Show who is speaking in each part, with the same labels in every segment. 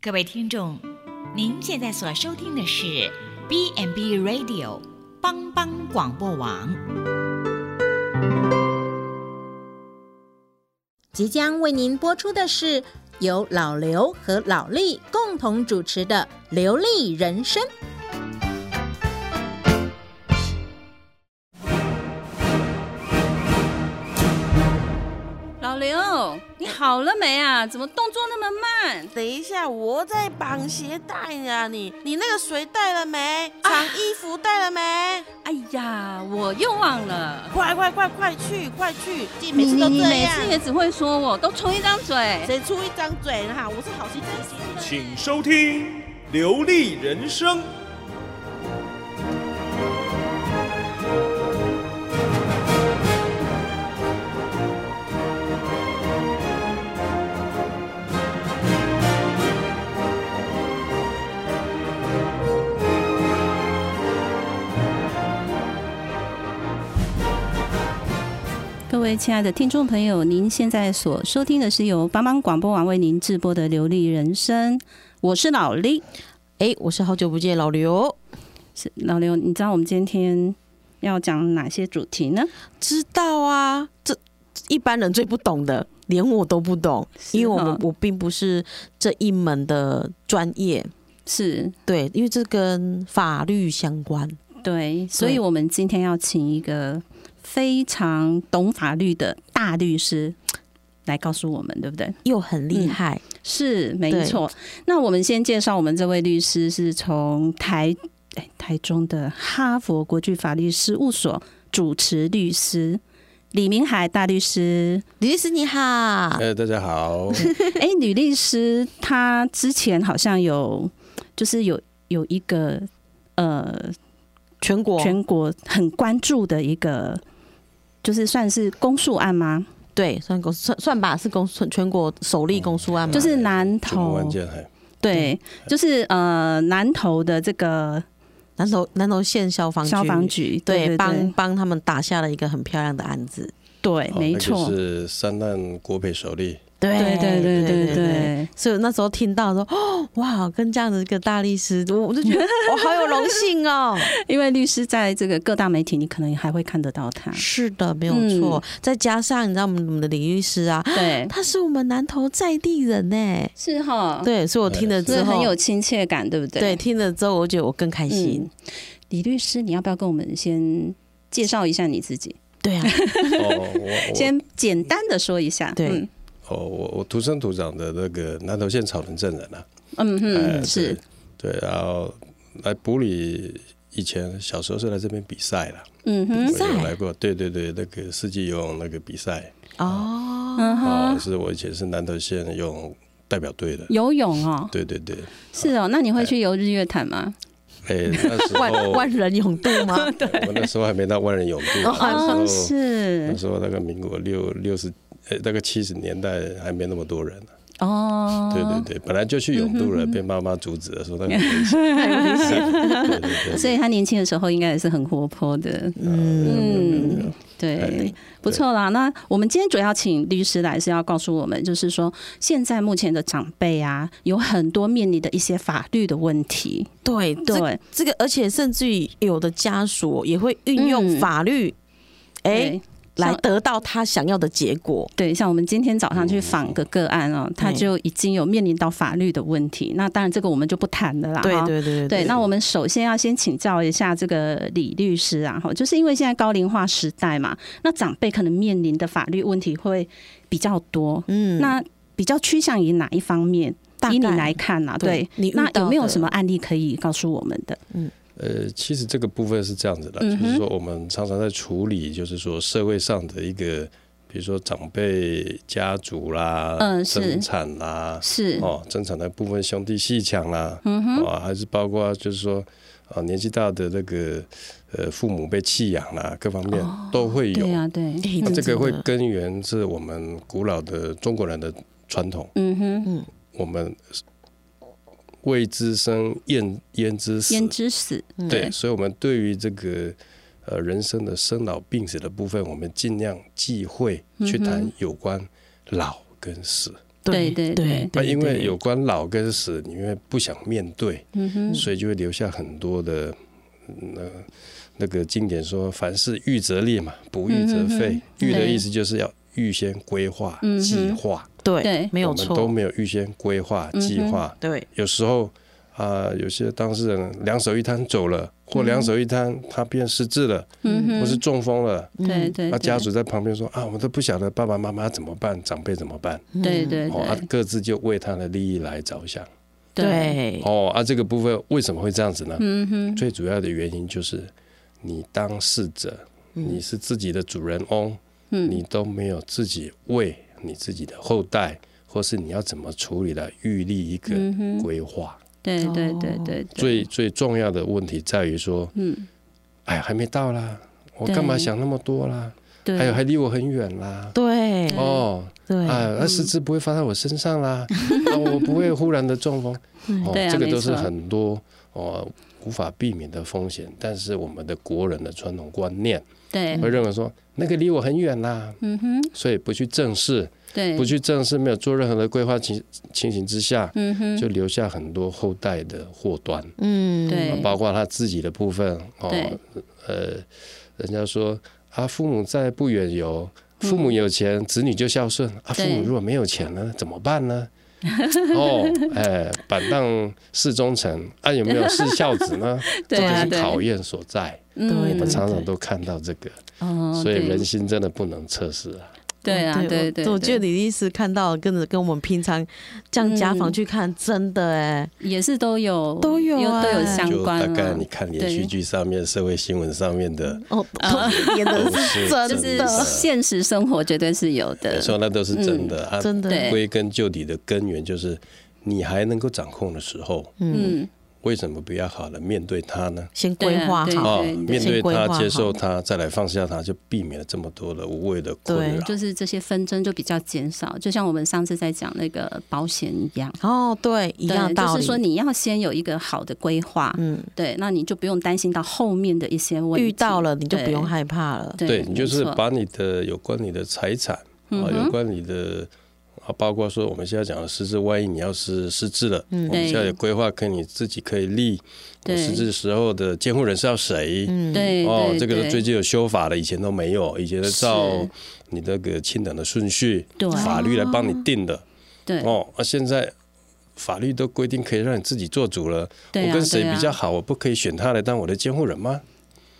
Speaker 1: 各位听众，您现在所收听的是 B n B Radio 帮帮广播网，
Speaker 2: 即将为您播出的是由老刘和老李共同主持的《流利人生》。
Speaker 3: 老刘，你好了没啊？怎么动作那么慢？
Speaker 4: 等一下，我在绑鞋带呢。你你那个水带了没？长衣服带了没？
Speaker 3: 哎呀，我又忘了。
Speaker 4: 快快快快去快去！你每
Speaker 3: 你
Speaker 4: 次
Speaker 3: 你
Speaker 4: 都
Speaker 3: 你
Speaker 4: 这
Speaker 3: 每
Speaker 4: 样
Speaker 3: 次，也只会说我，都出一张嘴。
Speaker 4: 谁出一张嘴哈？我是好心提醒的。
Speaker 5: 请收听《流利人生》。
Speaker 3: 各位亲爱的听众朋友，您现在所收听的是由帮帮广播网为您直播的《流利人生》，我是老李。
Speaker 4: 哎，我是好久不见老刘。
Speaker 3: 是老刘，你知道我们今天要讲哪些主题呢？
Speaker 4: 知道啊，这一般人最不懂的，连我都不懂，因为我
Speaker 3: 哈
Speaker 4: 们我并不是这一门的专业。
Speaker 3: 是
Speaker 4: 对，因为这跟法律相关。
Speaker 3: 对，所以我们今天要请一个非常懂法律的大律师来告诉我们，对不对？
Speaker 4: 又很厉
Speaker 3: 嗯
Speaker 4: 害，
Speaker 3: 是，没
Speaker 4: 对
Speaker 3: 错。那我们先介绍我们这位律师是从台哎台中的哈佛国际法律事务所主持律师李明海大 律师。
Speaker 4: 李律师你好，
Speaker 5: 呃，大家好，
Speaker 3: 哎，吕律师他之前好像有就是有有一个呃
Speaker 4: 全国
Speaker 3: 全国很关注的一个。就是算是公诉案吗？
Speaker 4: 对算公算算吧，是公算全国首例公诉案嘛，
Speaker 3: 嗯就是南
Speaker 5: 什么
Speaker 3: 投
Speaker 5: 案，件？还
Speaker 3: 对，就是呃南投的这个
Speaker 4: 南投南投县消防局
Speaker 3: 消防局，对
Speaker 4: 对
Speaker 3: 对
Speaker 4: 帮
Speaker 3: 对
Speaker 4: 帮他们打下了一个很漂亮的案子，
Speaker 3: 对，没错，
Speaker 5: 哦是三难国赔 首例。
Speaker 4: 对
Speaker 3: 对对对对对，
Speaker 4: 所以我那时候听到说，哦，哇，跟这样的一个大律师，我我就 觉得我好有荣幸哦。
Speaker 3: 因为律师在这个各大媒体，你可能还会看得到 他。
Speaker 4: 是的，没有错。
Speaker 3: 嗯
Speaker 4: 再加上你知道我们我们的李律师啊，
Speaker 3: 对，
Speaker 4: 他是我们南投在地人呢。
Speaker 3: 是哈，，
Speaker 4: 对，所以我听了
Speaker 3: 是
Speaker 4: 之后，
Speaker 3: 很有亲切感，对不对？
Speaker 4: 对，，听了之后，我觉得我更开心。
Speaker 3: 嗯，李律师，你要不要跟我们先介绍一下你自己？
Speaker 4: 对啊，
Speaker 5: 哦，我
Speaker 3: 先简单的说一下。
Speaker 4: 对
Speaker 3: 嗯
Speaker 5: 我哦我我土生土长的那个南投县草屯镇人啊。
Speaker 3: 嗯
Speaker 5: 哎
Speaker 3: 哼，是，
Speaker 5: 对，对然后来埔里，以前小时候是来这边比赛啦，
Speaker 3: 嗯
Speaker 5: 我
Speaker 3: 哼，
Speaker 5: 有来过。对对对，那个世纪游泳那个比赛
Speaker 4: 哦，
Speaker 3: 嗯
Speaker 5: 哦，
Speaker 3: 哼，
Speaker 5: 是我以前是南投县游泳代表队的。
Speaker 3: 游泳哦，
Speaker 5: 对对对，
Speaker 3: 是哦，那你会去游日月潭吗？
Speaker 5: 哎，那时
Speaker 4: 万
Speaker 5: 候
Speaker 4: 万人永渡吗？
Speaker 5: 我那时候还没到万人泳渡，那
Speaker 3: 哦，
Speaker 5: 时候
Speaker 3: 是
Speaker 5: 那，时候大概民国六六十，呃，大概七十年代还没那么多人、啊
Speaker 3: 哦，嗯
Speaker 5: 对对对，本来就去永渡了，被妈妈阻止了，说 那个危险。对对对，
Speaker 3: 所以他年轻的时候应该也是很活泼的，
Speaker 5: 嗯，
Speaker 3: 对
Speaker 5: 哎，
Speaker 3: 不错啦。那我们今天主要请律师来是要告诉我们，就是说现在目前的长辈啊，有很多面临的一些法律的问题。
Speaker 4: 对这
Speaker 3: 对，
Speaker 4: 这个，而且甚至于有的家属也会运用
Speaker 3: 嗯
Speaker 4: 法律，哎、
Speaker 3: 对
Speaker 4: 来
Speaker 3: 像
Speaker 4: 得到他想要的结果。
Speaker 3: 对，像我们今天早上去访个个案哦，他就已经有面临到法律的问题。那当然这个我们就不谈了啦。
Speaker 4: 对
Speaker 3: 啊哈
Speaker 4: 对对
Speaker 3: 对，那我们首先要先请教一下这个李律师啊，哈，就是因为现在高龄化时代嘛，那长辈可能面临的法律问题会比较多，
Speaker 4: 嗯
Speaker 3: 那比较趋向于哪一方面？
Speaker 4: 大概
Speaker 3: 以你来看啊，对
Speaker 4: 对，你遇
Speaker 3: 那
Speaker 4: 到
Speaker 3: 有没有
Speaker 4: 的
Speaker 3: 什么案例可以告诉我们的？
Speaker 5: 呃，其实这个部分是这样子的，
Speaker 3: 嗯哼
Speaker 5: 就是说我们常常在处理，就是说社会上的一个，比如说长辈家族啦，
Speaker 3: 嗯是
Speaker 5: 争产啦，
Speaker 3: 是，
Speaker 5: 哦，争产的部分兄弟戏强啦，嗯哼，啊，还是包括就是说啊，年纪大的那个呃父母被弃养啦，各方面都会有。
Speaker 3: 对啊，对，
Speaker 4: 哎
Speaker 5: 那
Speaker 4: 真
Speaker 5: 这个会
Speaker 4: 的
Speaker 5: 根源是我们古老的中国人的传统，
Speaker 3: 嗯哼，
Speaker 5: 我们未知生厌焉知死，
Speaker 3: 焉知死？
Speaker 5: 对，所以我们对于这个呃人生的生老病
Speaker 3: 嗯
Speaker 5: 死的部分，我们尽量忌讳去谈有关老跟死。
Speaker 3: 对
Speaker 6: 对
Speaker 3: 对
Speaker 6: 对
Speaker 3: 对
Speaker 5: 那
Speaker 6: 对，
Speaker 5: 啊因为有关老跟死，你因为不想面对，
Speaker 3: 嗯哼，
Speaker 5: 所以就会留下很多的嗯那、那个经典说，凡事预则立嘛，不预则
Speaker 3: 嗯
Speaker 5: 废。
Speaker 3: 哼哼
Speaker 5: 预的
Speaker 3: 对
Speaker 5: 意思就是要预先规划、
Speaker 3: 嗯哼
Speaker 5: 计划，
Speaker 6: 对
Speaker 3: 对
Speaker 6: 没有
Speaker 5: 我们都
Speaker 6: 错，
Speaker 5: 没有预先规划、
Speaker 3: 嗯哼
Speaker 5: 计划。
Speaker 6: 对
Speaker 5: 有时候啊、有些当事人两手一摊走了，或两手一摊他变失智了，
Speaker 3: 嗯哼，
Speaker 5: 或是中风了，
Speaker 4: 嗯
Speaker 3: 对对，
Speaker 5: 那
Speaker 3: 对
Speaker 5: 家属在旁边说啊，我都不晓得爸爸妈妈怎么办，长辈怎么办？
Speaker 3: 嗯
Speaker 6: 嗯
Speaker 3: 对对
Speaker 5: 哦，啊
Speaker 3: 对，
Speaker 5: 各自就为他的利益来着想。
Speaker 6: 对
Speaker 5: 哦，啊，这个部分为什么会这样子呢？
Speaker 3: 嗯哼，
Speaker 5: 最主要的原因就是你当事者，你是自己的主人翁，
Speaker 3: 嗯
Speaker 5: 你都没有自己为你自己的后代，或是你要怎么处理来预立一个
Speaker 3: 嗯哼
Speaker 5: 规划。
Speaker 3: 对对对对，对
Speaker 5: 最最重要的问题在于说，
Speaker 3: 嗯，
Speaker 5: 哎，还没到啦，我
Speaker 3: 对
Speaker 5: 干嘛想那么多啦？
Speaker 3: 对，
Speaker 5: 还有还离我很远啦。
Speaker 6: 对
Speaker 5: 哦，
Speaker 6: 对
Speaker 5: 啊，
Speaker 3: 嗯
Speaker 5: 那失智不会发在我身 上啦，啊我不会忽然的中风，哦
Speaker 3: 对，啊
Speaker 5: 这个
Speaker 3: 没
Speaker 5: 都是
Speaker 3: 错
Speaker 5: 很多哦无法避免的风险。但是我们的国人的传统观念
Speaker 3: 对，
Speaker 5: 会认为说，那个离我很远啦，
Speaker 3: 嗯哼，
Speaker 5: 所以不去正视，
Speaker 3: 对，
Speaker 5: 不去正视，没有做任何的规划情情形之下，
Speaker 3: 嗯哼，
Speaker 5: 就留下很多后代的祸端，
Speaker 4: 嗯，
Speaker 3: 对，
Speaker 5: 包括他自己的部分哦
Speaker 3: 对，
Speaker 5: 呃，人家说啊，父母在不远游。父母有钱，子女就孝顺啊。
Speaker 3: 嗯
Speaker 5: 父
Speaker 3: 对
Speaker 5: 母如果没有钱呢，怎么办呢？ 哦，哎，板荡是忠臣，啊，有没有是孝子 呢？
Speaker 3: 对啊
Speaker 5: 这就是
Speaker 3: 对，
Speaker 5: 考验所在。
Speaker 3: 嗯
Speaker 5: 我
Speaker 6: 对
Speaker 5: 们常常都看到这个，
Speaker 3: 哦，
Speaker 5: 所以
Speaker 3: 对
Speaker 5: 人心真的不能测试啊。
Speaker 3: 对啊，对对，
Speaker 6: 我我觉得
Speaker 3: 对
Speaker 6: 李律师看到跟着跟我们平常这样家
Speaker 3: 嗯
Speaker 6: 访去看，真的哎，
Speaker 3: 也是都有
Speaker 6: 都有啊
Speaker 3: 都有相
Speaker 5: 就大
Speaker 3: 关
Speaker 5: 概
Speaker 3: 啊
Speaker 5: 你，看连续
Speaker 3: 对
Speaker 5: 剧上面、社会新闻上 面的，
Speaker 6: 哦，
Speaker 3: 啊
Speaker 6: 演的
Speaker 5: 都是
Speaker 6: 是真
Speaker 3: 就
Speaker 5: 真
Speaker 3: 是
Speaker 5: 的
Speaker 3: 现实生活绝对是有
Speaker 5: 没
Speaker 3: 的，嗯
Speaker 5: 错，那都是真的啊。
Speaker 6: 真的，
Speaker 3: 对
Speaker 5: 归根究底的根源就是，你还能够掌控的时候，
Speaker 3: 嗯，
Speaker 5: 为什么不要好的面对它呢？
Speaker 6: 先
Speaker 3: 对
Speaker 6: 规
Speaker 3: 啊
Speaker 6: 划
Speaker 3: 对
Speaker 6: 好，
Speaker 5: 哦，面对
Speaker 6: 先规
Speaker 5: 它
Speaker 6: 划，好
Speaker 5: 接受它，再来放下它，就避免了这么多的无谓的困
Speaker 6: 对
Speaker 5: 扰。
Speaker 3: 嗯就是这些纷争就比较减少，就像我们上次在讲那个保险一样。
Speaker 6: 哦，对，一
Speaker 3: 对
Speaker 6: 样，道
Speaker 3: 就
Speaker 6: 理，
Speaker 3: 是说你要先有一个好的规划，
Speaker 6: 嗯，
Speaker 3: 对，那你就不用担心到后面的一些问题。
Speaker 6: 遇到了你就不用
Speaker 3: 对
Speaker 6: 害怕了，
Speaker 3: 对
Speaker 5: 对你就是
Speaker 3: 没错
Speaker 5: 把你的有关你的财产
Speaker 3: 嗯
Speaker 5: 啊，
Speaker 3: 哼
Speaker 5: 有关你的啊，包括说我们现在讲的失智，万一你要是失智了，
Speaker 6: 嗯
Speaker 5: 我们现在有规划，可以你自己可以立，我
Speaker 3: 对
Speaker 5: 失智时候的监护人是要谁？
Speaker 6: 嗯，
Speaker 3: 对
Speaker 5: 哦，
Speaker 3: 对
Speaker 5: 这个
Speaker 3: 对
Speaker 5: 是最近有修法的，以前都没有，以前都照
Speaker 3: 是
Speaker 5: 你那个亲等的顺序，
Speaker 3: 对
Speaker 5: 法律来帮你定的。
Speaker 3: 对
Speaker 5: 哦，啊，现在法律都规定可以让你自己做主了。
Speaker 3: 对啊
Speaker 5: 我跟谁
Speaker 3: 对啊
Speaker 5: 比较好，我不可以选他来当我的监护人吗？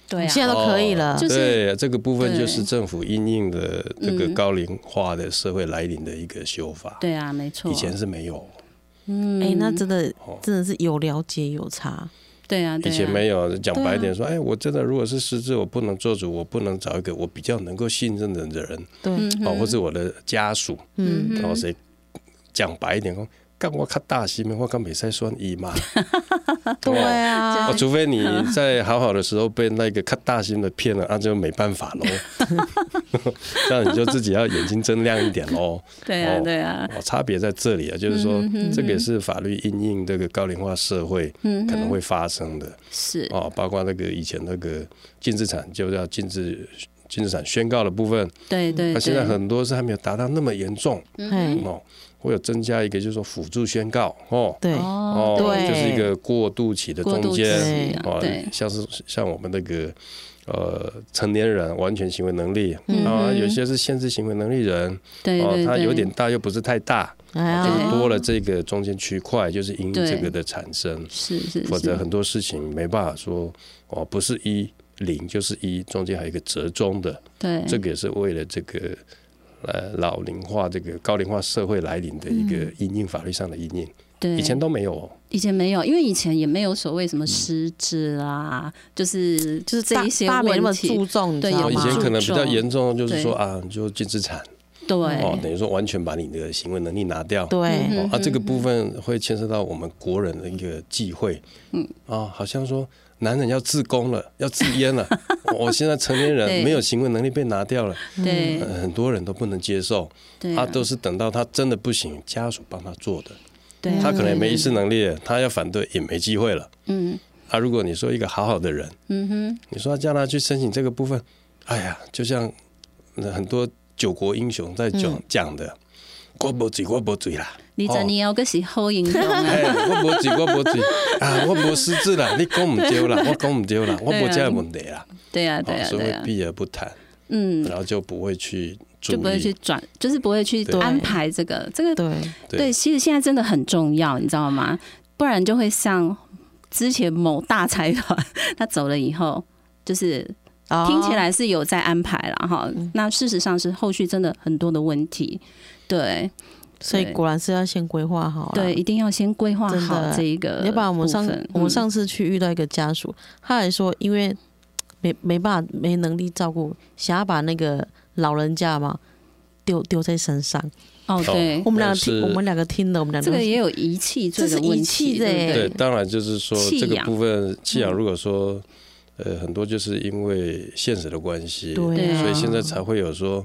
Speaker 3: 对啊，
Speaker 6: 现在都可以
Speaker 5: 哦
Speaker 6: 了，
Speaker 3: 就是
Speaker 5: 对，这个部分
Speaker 3: 对
Speaker 5: 就是政府因应的这个
Speaker 3: 嗯
Speaker 5: 高龄化的社会来临的一个修法。
Speaker 3: 对啊，没错。
Speaker 5: 以前是没有，
Speaker 3: 嗯，
Speaker 6: 哎，那真的
Speaker 5: 哦
Speaker 6: 真的是有了解有差，
Speaker 3: 对啊，
Speaker 5: 以
Speaker 3: 对啊
Speaker 5: 前没有。讲白一点说，哎，我真的如果是失智，我不能做主，我不能找一个我比较能够信任的人，
Speaker 6: 对，
Speaker 3: 嗯
Speaker 5: 哦，
Speaker 3: 哼
Speaker 5: 或是我的家属，
Speaker 6: 嗯
Speaker 3: 嗯
Speaker 5: 然后谁讲白一点讲，干我较大心的，我干没在算 伊嘛。
Speaker 6: 对
Speaker 5: 哦
Speaker 6: 啊，
Speaker 5: 啊，除非你在好好的时候被那个看大心的骗了，那、啊就没办法 喽。那你就自己要眼睛睁亮一点喽。
Speaker 3: 对啊，
Speaker 5: 哦
Speaker 3: 对啊，
Speaker 5: 哦，差别在这里啊，就是说，
Speaker 3: 嗯
Speaker 5: 这个也是法律因应这个高龄化社会
Speaker 3: 嗯哼，
Speaker 5: 可能会发生的
Speaker 3: 是，
Speaker 5: 哦，包括那个以前那个禁止产就叫禁止禁止产宣告的部分，
Speaker 3: 对对对。
Speaker 5: 那
Speaker 3: 嗯
Speaker 5: 现在很多是还没有达到那么严重
Speaker 6: 嘿，
Speaker 5: 哦，会有增加一个就是说辅助宣告哦。
Speaker 6: 对，
Speaker 3: 哦
Speaker 5: 哦，
Speaker 6: 对
Speaker 5: 就是一个过渡期的
Speaker 3: 过
Speaker 5: 中
Speaker 3: 渡期
Speaker 5: 间，
Speaker 6: 间
Speaker 5: 哦
Speaker 3: 啊，对，，
Speaker 5: 像是像我们那个呃成年人完全行为能力
Speaker 3: 嗯
Speaker 5: 啊，
Speaker 3: 哼
Speaker 5: 有些是限制行为能力人
Speaker 3: 对
Speaker 5: 哦
Speaker 3: 对，
Speaker 5: 他有
Speaker 3: 对
Speaker 5: 点大又不是太大，
Speaker 6: 哎
Speaker 5: 啊就是
Speaker 6: 呀，
Speaker 5: 多了这个中间区块，就是因
Speaker 3: 对
Speaker 5: 这个的产生，
Speaker 3: 是是，
Speaker 5: 否则
Speaker 3: 是
Speaker 5: 很多事情没办法说哦，不是一零就是一，中间还有一个折中的，
Speaker 3: 对
Speaker 5: 这个也是为了这个。呃，老龄化这个高龄化社会来临的一个因应法律上的因应，
Speaker 3: 嗯对
Speaker 5: 以前都嗯没有哦。
Speaker 3: 以前没有，因为以前也没有所谓什么失智啊，就是
Speaker 6: 就是
Speaker 3: 这
Speaker 6: 大
Speaker 3: 一些
Speaker 6: 大家没那么
Speaker 3: 问题
Speaker 6: 注，重，你知
Speaker 3: 对
Speaker 6: 道
Speaker 5: 哦
Speaker 3: 有
Speaker 5: 以
Speaker 6: 吗
Speaker 5: 前？可能比较
Speaker 3: 注重
Speaker 5: 严重，就是说
Speaker 3: 对
Speaker 5: 啊，你就禁资产哦，
Speaker 3: 对
Speaker 5: 等于说完全把你的行为能力拿掉。
Speaker 6: 对，
Speaker 5: 哦
Speaker 3: 嗯
Speaker 5: 啊，这个
Speaker 3: 嗯
Speaker 5: 部分会牵涉到我们国人的一个忌讳，嗯啊，好像说男人要自宫了，要自 阉了，我现在成年人
Speaker 3: 对
Speaker 5: 没有行为能力被拿掉了，
Speaker 3: 对
Speaker 6: 嗯
Speaker 5: 呃很多人都不能接受，
Speaker 3: 对
Speaker 5: 啊，都是等到他真的不行，家属帮他做的，
Speaker 3: 对啊，
Speaker 5: 他可能也没意识能力了，他要反对也没机会了
Speaker 3: 嗯
Speaker 5: 啊。如果你说一个好好的人，
Speaker 3: 嗯哼，
Speaker 5: 你说叫他去申请这个部分，
Speaker 3: 嗯
Speaker 5: 哎呀，就像呃很多九国英雄在讲讲的，我无醉，我无醉啦。
Speaker 3: 你
Speaker 5: 哦
Speaker 3: 十年后个是好影 响啊！
Speaker 5: 哎，我无醉，我无醉啊，我无失智 啦，你讲毋对啦，我讲毋对啦，我无这个问题啦，
Speaker 3: 对啊，对
Speaker 5: 哦
Speaker 3: 啊，
Speaker 5: 所以
Speaker 3: 对
Speaker 5: 会
Speaker 3: 啊，
Speaker 5: 避而不谈，
Speaker 3: 嗯，
Speaker 5: 然后就不会去注
Speaker 3: 就不会去
Speaker 5: 意，
Speaker 3: 转，就是不会去
Speaker 5: 对
Speaker 3: 安排这个，这个
Speaker 6: 对，
Speaker 3: 对，其实现在真的很重要，你知道吗？不然就会像之前某大财团他走了以后，就是
Speaker 6: 哦嗯
Speaker 3: 听起来是有在安排了哈，那事实上是后续真的很多的问题，对
Speaker 6: 所以
Speaker 3: 对
Speaker 6: 果然是要先规划好。
Speaker 3: 对，，一定要先规划
Speaker 6: 真
Speaker 3: 好
Speaker 6: 的
Speaker 3: 这一个。嗯
Speaker 6: 要不然我们上我们，上次去遇到一个家属，他还说因为没没办法没能力照顾，想要把那个老人家嘛丢丢在身上。
Speaker 3: 嗯、哦，对
Speaker 6: 我，们两个
Speaker 5: 但
Speaker 6: 听
Speaker 5: 是
Speaker 6: 我们两个听了，我们两
Speaker 3: 这
Speaker 6: 个
Speaker 3: 个也有遗弃罪
Speaker 6: 这
Speaker 3: 的
Speaker 6: 是
Speaker 3: 问
Speaker 6: 遗弃
Speaker 3: 题，
Speaker 6: 的
Speaker 3: 对不
Speaker 6: 耶
Speaker 3: 对？
Speaker 5: 对，当然就是说
Speaker 3: 弃
Speaker 5: 这个
Speaker 3: 养
Speaker 5: 部分弃养，如果说呃很多就是因为现实的关系，
Speaker 6: 对啊，
Speaker 5: 所以现在才会有说，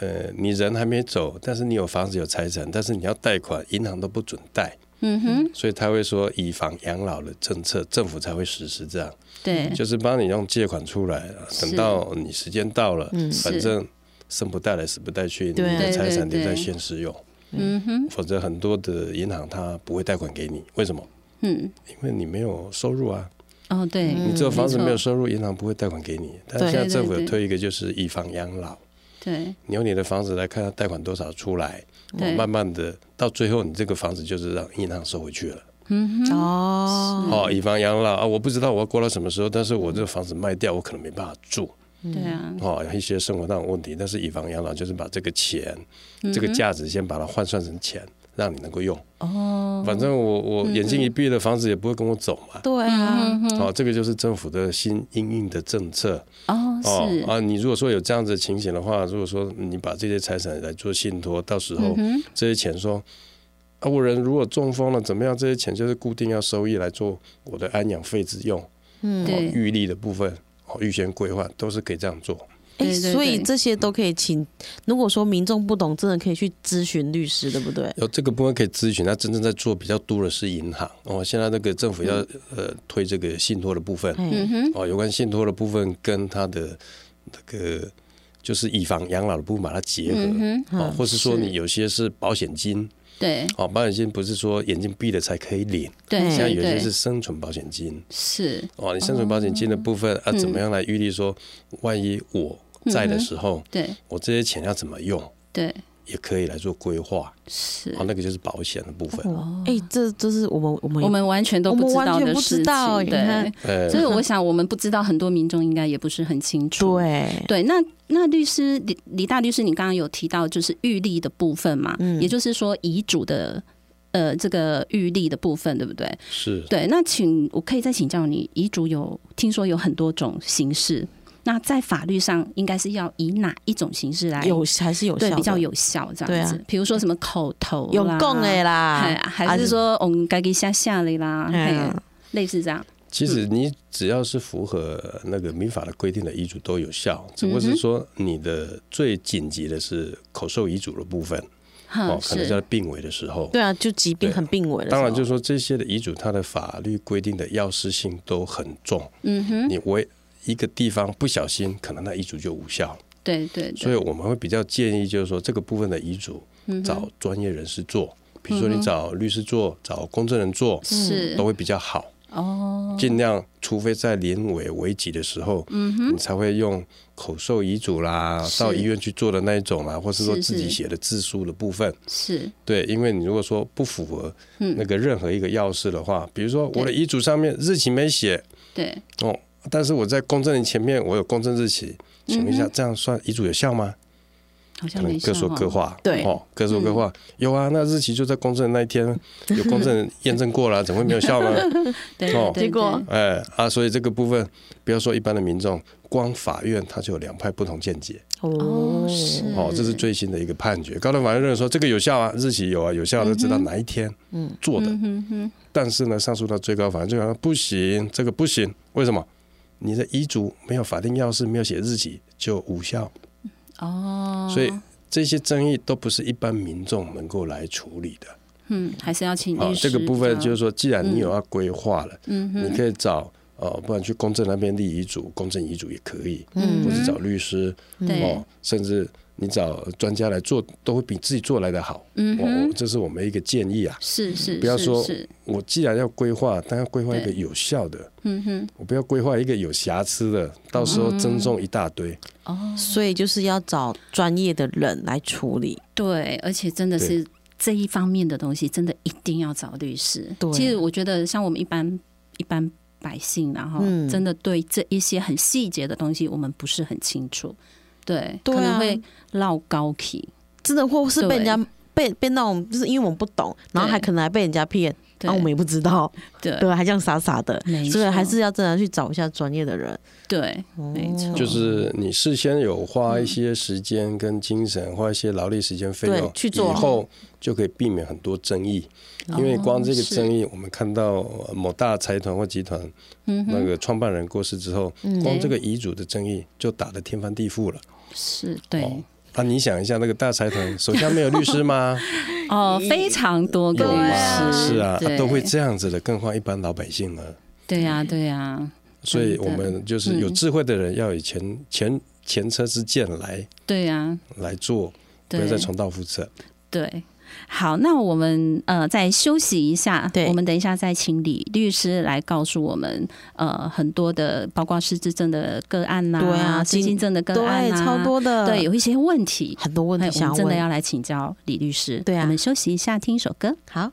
Speaker 5: 呃，你人还没走，但是你有房子有财产，但是你要贷款，银行都不准贷，
Speaker 3: 嗯哼，
Speaker 5: 所以他会说以房养老的政策，政府才会实施这样，
Speaker 3: 对，
Speaker 5: 就是帮你用借款出来，
Speaker 3: 嗯
Speaker 5: 啊
Speaker 3: 是
Speaker 5: 等到你时间到了，
Speaker 6: 嗯
Speaker 5: 反正生不带来死不带去，你
Speaker 6: 对啊
Speaker 5: 的财产
Speaker 3: 对对
Speaker 5: 留在
Speaker 3: 对
Speaker 5: 现实用，
Speaker 3: 嗯哼，
Speaker 5: 否则很多的银行它不会贷款给你，为什么？
Speaker 3: 嗯，
Speaker 5: 因为你没有收入啊，
Speaker 3: 哦，对，
Speaker 6: 嗯
Speaker 5: 你只有房子
Speaker 3: 没错
Speaker 5: 没有收入，银行不会贷款给你。但
Speaker 6: 对
Speaker 5: 现在政府
Speaker 3: 对对
Speaker 5: 有
Speaker 3: 对
Speaker 5: 推一个就是以房养老。
Speaker 3: 对
Speaker 5: 你用你的房子来看它贷款多少出来，哦
Speaker 3: 对，
Speaker 5: 慢慢的到最后你这个房子就是让银行收回去了。
Speaker 3: 嗯哼，
Speaker 6: 哦，
Speaker 5: 哦，以房养老啊，我不知道我要过到什么时候，但是我这个房子卖掉，我可能没办法住。
Speaker 6: 嗯
Speaker 3: 对啊，
Speaker 5: 哦，有一些生活上的问题，但是以房养老就是把这个钱，
Speaker 3: 嗯
Speaker 5: 这个
Speaker 3: 哼
Speaker 5: 价值先把它换算成钱，让你能够用。
Speaker 3: 哦，
Speaker 5: 反正我我眼睛一闭了，房子也不会跟我走嘛。
Speaker 6: 对啊，
Speaker 3: 嗯哼
Speaker 5: 哦，这个就是政府的新应应的政策
Speaker 3: 哦，
Speaker 5: 哦
Speaker 3: 是，
Speaker 5: 啊！你如果说有这样子的情形的话，如果说你把这些财产来做信托，到时候
Speaker 3: 嗯哼，
Speaker 5: 这些钱说，啊，我人如果中风了怎么样？这些钱就是固定要收益来做我的安养费之用，
Speaker 6: 嗯，
Speaker 5: 哦，
Speaker 3: 对
Speaker 5: 预立的部分，哦，预先规划都是可以这样做。
Speaker 6: 哎，
Speaker 3: 对对
Speaker 6: 所以
Speaker 3: 对
Speaker 6: 这些都可以请，如果说民众不懂，真的可以去咨询律师，对不对？
Speaker 5: 有这个部分可以咨询，那真正在做比较多的是银行哦。现在那个政府要、呃推这个信托的部分
Speaker 3: 嗯
Speaker 6: 嗯，
Speaker 3: 哼，
Speaker 5: 哦，有关信托的部分跟它的那个就是以房养老的部分把它结合。
Speaker 3: 嗯哼，
Speaker 5: 哦，或是说
Speaker 3: 是
Speaker 5: 你有些是保险金，
Speaker 3: 对
Speaker 5: 哦，保险金不是说眼睛闭了才可以领，
Speaker 3: 对，
Speaker 6: 嗯
Speaker 5: 现在
Speaker 3: 对
Speaker 5: 有些
Speaker 3: 哎对
Speaker 5: 是生存保险金，
Speaker 3: 是，
Speaker 5: 哦，你生存保险金的部分、啊，
Speaker 3: 嗯
Speaker 5: 怎么样来预立说，万一我在的时候，
Speaker 3: 对
Speaker 5: 我这些钱要怎么用，
Speaker 3: 对
Speaker 5: 也可以来做规划。
Speaker 3: 是
Speaker 5: 哦，，那个就是保险的部分。
Speaker 6: 哦，哎，这这是我们我们
Speaker 3: 我们完全都不知道
Speaker 6: 我们完
Speaker 3: 的
Speaker 6: 全不
Speaker 3: 事
Speaker 6: 知道
Speaker 3: 情，
Speaker 6: 你看
Speaker 3: 对，
Speaker 5: 呃
Speaker 3: 所以我想我们不知道，很多民众应该也不是很清楚，
Speaker 6: 对
Speaker 3: 对，那那律师李李大律师，你刚刚有提到就是预立的部分嘛，
Speaker 6: 嗯
Speaker 3: 也就是说遗嘱的呃这个预立的部分，对不对？
Speaker 5: 是
Speaker 3: 对，那请我可以再请教你，遗嘱有听说有很多种形式，那在法律上应该是要以哪一种形式来
Speaker 6: 有还是有效
Speaker 3: 对
Speaker 6: 的，
Speaker 3: 比较有效这
Speaker 6: 对
Speaker 3: 样子
Speaker 6: 啊？
Speaker 3: 比如说什么口头
Speaker 6: 有
Speaker 3: 啦
Speaker 6: 供哎
Speaker 3: 哎
Speaker 6: 啦，
Speaker 3: 还是说嗯我们该给下下嘞啦，
Speaker 6: 哎
Speaker 3: 嘿
Speaker 6: 呀
Speaker 3: 类似这样，
Speaker 5: 其实你只要是符合那个民法的规定的遗嘱都有效，只不过
Speaker 3: 嗯
Speaker 5: 是说你的最紧急的是口授遗嘱的部分，
Speaker 3: 哼
Speaker 5: 哦，可能
Speaker 3: 嗯是
Speaker 5: 在病危的时候。
Speaker 6: 对啊，就疾病很病危了，
Speaker 5: 当然，就是是说这些的遗嘱，它的法律规定的要事性都很重。
Speaker 3: 嗯哼，
Speaker 5: 你为一个地方不小心，可能那遗嘱就无效了。
Speaker 3: 对对对，
Speaker 5: 所以我们会比较建议，就是说这个部分的遗嘱
Speaker 3: 嗯哼嗯
Speaker 5: 找专业人士做，比如说你找律师做，找公证人做，
Speaker 3: 是
Speaker 5: 都会比较好。
Speaker 3: 哦，嗯
Speaker 5: 尽量，除非在临危危急的时候，你才会用口授遗嘱啦，
Speaker 3: 是
Speaker 5: 到医院去做的那一种啊啦，或是说
Speaker 3: 是
Speaker 5: 自
Speaker 3: 是
Speaker 5: 己写的自书的部分。
Speaker 3: 是
Speaker 5: 对，因为你如果说不符合
Speaker 3: 嗯
Speaker 5: 那个任何一个要事的话，比如说我的
Speaker 3: 对
Speaker 5: 遗嘱上面日期没写
Speaker 3: 对，
Speaker 5: 哦，但是我在公证人前面我有公证日期，请
Speaker 3: 嗯
Speaker 5: 问一下，这样算遗嘱有效吗？
Speaker 3: 好
Speaker 5: 可
Speaker 3: 像没
Speaker 5: 能
Speaker 3: 效
Speaker 5: 各说
Speaker 3: 哈嗯
Speaker 5: 各话，
Speaker 6: 对
Speaker 5: 哦，各说各话。有啊，那日期就在公证的那一天，有公证验证 过了，怎么会没有效呢？
Speaker 3: 对，
Speaker 5: 哦
Speaker 3: 对
Speaker 6: 结果
Speaker 5: 哎啊，所以这个部分，不要说一般的民众，光法院它就有两派不同见解。
Speaker 3: 哦
Speaker 6: 哦，
Speaker 3: 是
Speaker 5: 哦，这是最新的一个判决。高等法院认为说这个有效啊，日期有啊，有效都知道哪一天做的。但是呢，上诉到最高法院，最高法院不行，这个不行，为什么？你的遗嘱没有法定要事，没有写日期就无效。
Speaker 3: 哦，
Speaker 5: 所以这些争议都不是一般民众能够来处理的。
Speaker 3: 嗯，还是要请
Speaker 5: 啊
Speaker 3: 律，师嗯
Speaker 5: 这个部分
Speaker 3: 比较
Speaker 5: 就是说，既然你有要规划了，你可以找呃，不然去公证那边立遗嘱，公证遗嘱也可以，或是找律师
Speaker 3: 嗯对
Speaker 5: 哦，甚至你找专家来做，都会比自己做来的好。
Speaker 3: 嗯
Speaker 5: 我我
Speaker 3: 哼，
Speaker 5: 这是我们一个建议啊。
Speaker 3: 是是，
Speaker 5: 不要
Speaker 3: 是
Speaker 5: 说
Speaker 3: 是，
Speaker 5: 我既然要规划，但要规划一个
Speaker 3: 对
Speaker 5: 有效的，
Speaker 3: 嗯哼，嗯
Speaker 5: 我不要规划一个有瑕疵的，到时候增重一大堆。
Speaker 3: 哦，
Speaker 6: 所以就是要找专业的人来处理。
Speaker 3: 对，而且真的
Speaker 5: 对
Speaker 3: 是这一方面的东西，真的一定要找律师。
Speaker 6: 对
Speaker 3: 其实我觉得像我们一般一般百姓，然后
Speaker 6: 嗯
Speaker 3: 真的对这一些很细节的东西，我们不是很清楚，对，
Speaker 6: 对啊
Speaker 3: 可能会绕高起。
Speaker 6: 真的，或是被人家
Speaker 3: 对
Speaker 6: 被被那种，就是因为我们不懂，然后还
Speaker 3: 对
Speaker 6: 可能还被人家骗，啊
Speaker 3: 对，
Speaker 6: 然后我们也不知道，
Speaker 3: 对
Speaker 6: 对，还这样傻傻的，
Speaker 3: 没
Speaker 6: 所以还
Speaker 3: 错
Speaker 6: 是要真的去找一下专业的人。
Speaker 3: 对，
Speaker 6: 哦
Speaker 3: 没错，
Speaker 5: 就是你事先有花一些时间跟精神，花一些劳力时间费用
Speaker 6: 对，去做
Speaker 5: 以后就可以避免很多争议。因为光这个争议，我们看到呃某大财团或集团
Speaker 3: 嗯
Speaker 5: 那
Speaker 3: 哼，
Speaker 5: 个创办人过世之后，光这个遗嘱的争议就打得天翻地覆了。
Speaker 3: 是对
Speaker 5: 哦啊，你想一下，那个大财团手下没有律师吗？
Speaker 3: 哦，非常多个
Speaker 5: 有
Speaker 3: 律
Speaker 5: 吗？
Speaker 3: 师
Speaker 5: 是啊，啊
Speaker 3: 对
Speaker 5: 都会这样子的，更何况一般老百姓呢？
Speaker 3: 对呀，对啊呀，
Speaker 5: 所以
Speaker 3: 真的
Speaker 5: 我们就是有智慧的人要以前前前车之鉴来
Speaker 3: 对呀，
Speaker 5: 来做，不
Speaker 3: 对
Speaker 5: 要再重蹈覆辙。
Speaker 3: 对，好，那我们呃再休息一下，
Speaker 6: 对
Speaker 3: 我们等一下再请李律师来告诉我们呃很多的，包括失智症的个案呐、
Speaker 6: 对啊
Speaker 3: 失禁症的个案
Speaker 6: 对，
Speaker 3: 呐、
Speaker 6: 超，多的，
Speaker 3: 啊对，，有一些问题，
Speaker 6: 很多问
Speaker 3: 哎
Speaker 6: 题
Speaker 3: 我
Speaker 6: 想
Speaker 3: 们真的
Speaker 6: 问。
Speaker 3: 要来请教李律师。
Speaker 6: 对啊
Speaker 3: 我们休息一下，听一首歌。
Speaker 6: 好，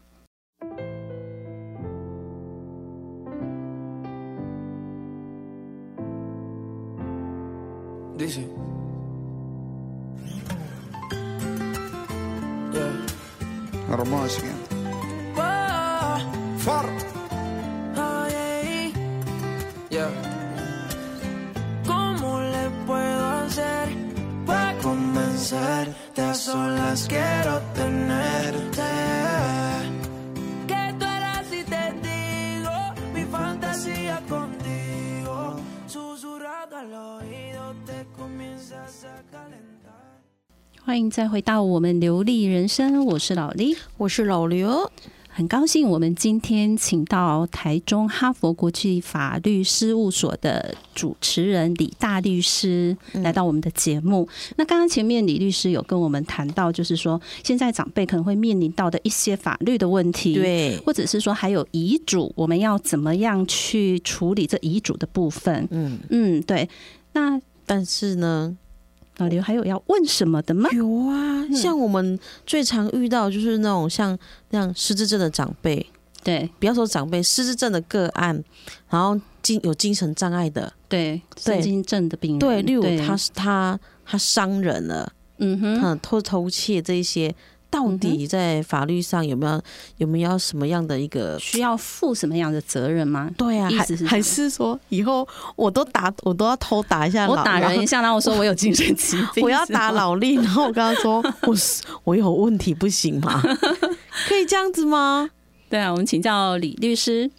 Speaker 7: Dice. Yeah.
Speaker 8: Hermoso, gente.
Speaker 7: Whoa.
Speaker 8: Far.
Speaker 7: Oh, yeah.
Speaker 8: Yeah.
Speaker 7: ¿Cómo le puedo hacer para convencerte? A solas quiero tenerte. Que tú eras y te digo mi fantasía contigo. Susurrado al oído te comienzas a calentar.
Speaker 3: 欢迎再回到我们流利人生，我是老李。
Speaker 6: 我是老刘，
Speaker 3: 很高兴我们今天请到台中哈佛国际法律事务所的主持人李大律师
Speaker 6: 嗯
Speaker 3: 来到我们的节目。那刚刚前面李律师有跟我们谈到，就是说现在长辈可能会面临到的一些法律的问题，，
Speaker 6: 对，
Speaker 3: 或者是说还有遗嘱，我们要怎么样去处理这遗嘱的部分？
Speaker 6: 嗯，
Speaker 3: 嗯，对。那
Speaker 6: 但是呢，
Speaker 3: 老刘还有要问什么的吗？
Speaker 6: 有啊，
Speaker 3: 嗯
Speaker 6: 像我们最常遇到就是那种像那样失智症的长辈，
Speaker 3: 对
Speaker 6: 不要说长辈，失智症的个案，然后精有精神障碍的，
Speaker 3: 对，
Speaker 6: 对
Speaker 3: 神经症的病人，
Speaker 6: 对，例如
Speaker 3: 嗯对
Speaker 6: 他他他伤人了，
Speaker 3: 嗯哼，
Speaker 6: 嗯，偷偷窃这一些，到底在法律上有没有有没有什么样的一个？
Speaker 3: 需要负什么样的责任吗？
Speaker 6: 对啊，
Speaker 3: 意
Speaker 6: 还
Speaker 3: 思是
Speaker 6: 还是说以后我都打我都要偷打一下老，
Speaker 3: 我打人一
Speaker 6: 下，
Speaker 3: 下，然后我说我有精神疾病，
Speaker 6: 我要打
Speaker 3: 是吗。
Speaker 6: 老力，然后我跟他说我是我有问题不行 吗？可以这样子吗？
Speaker 3: 对啊，我们请教李律师。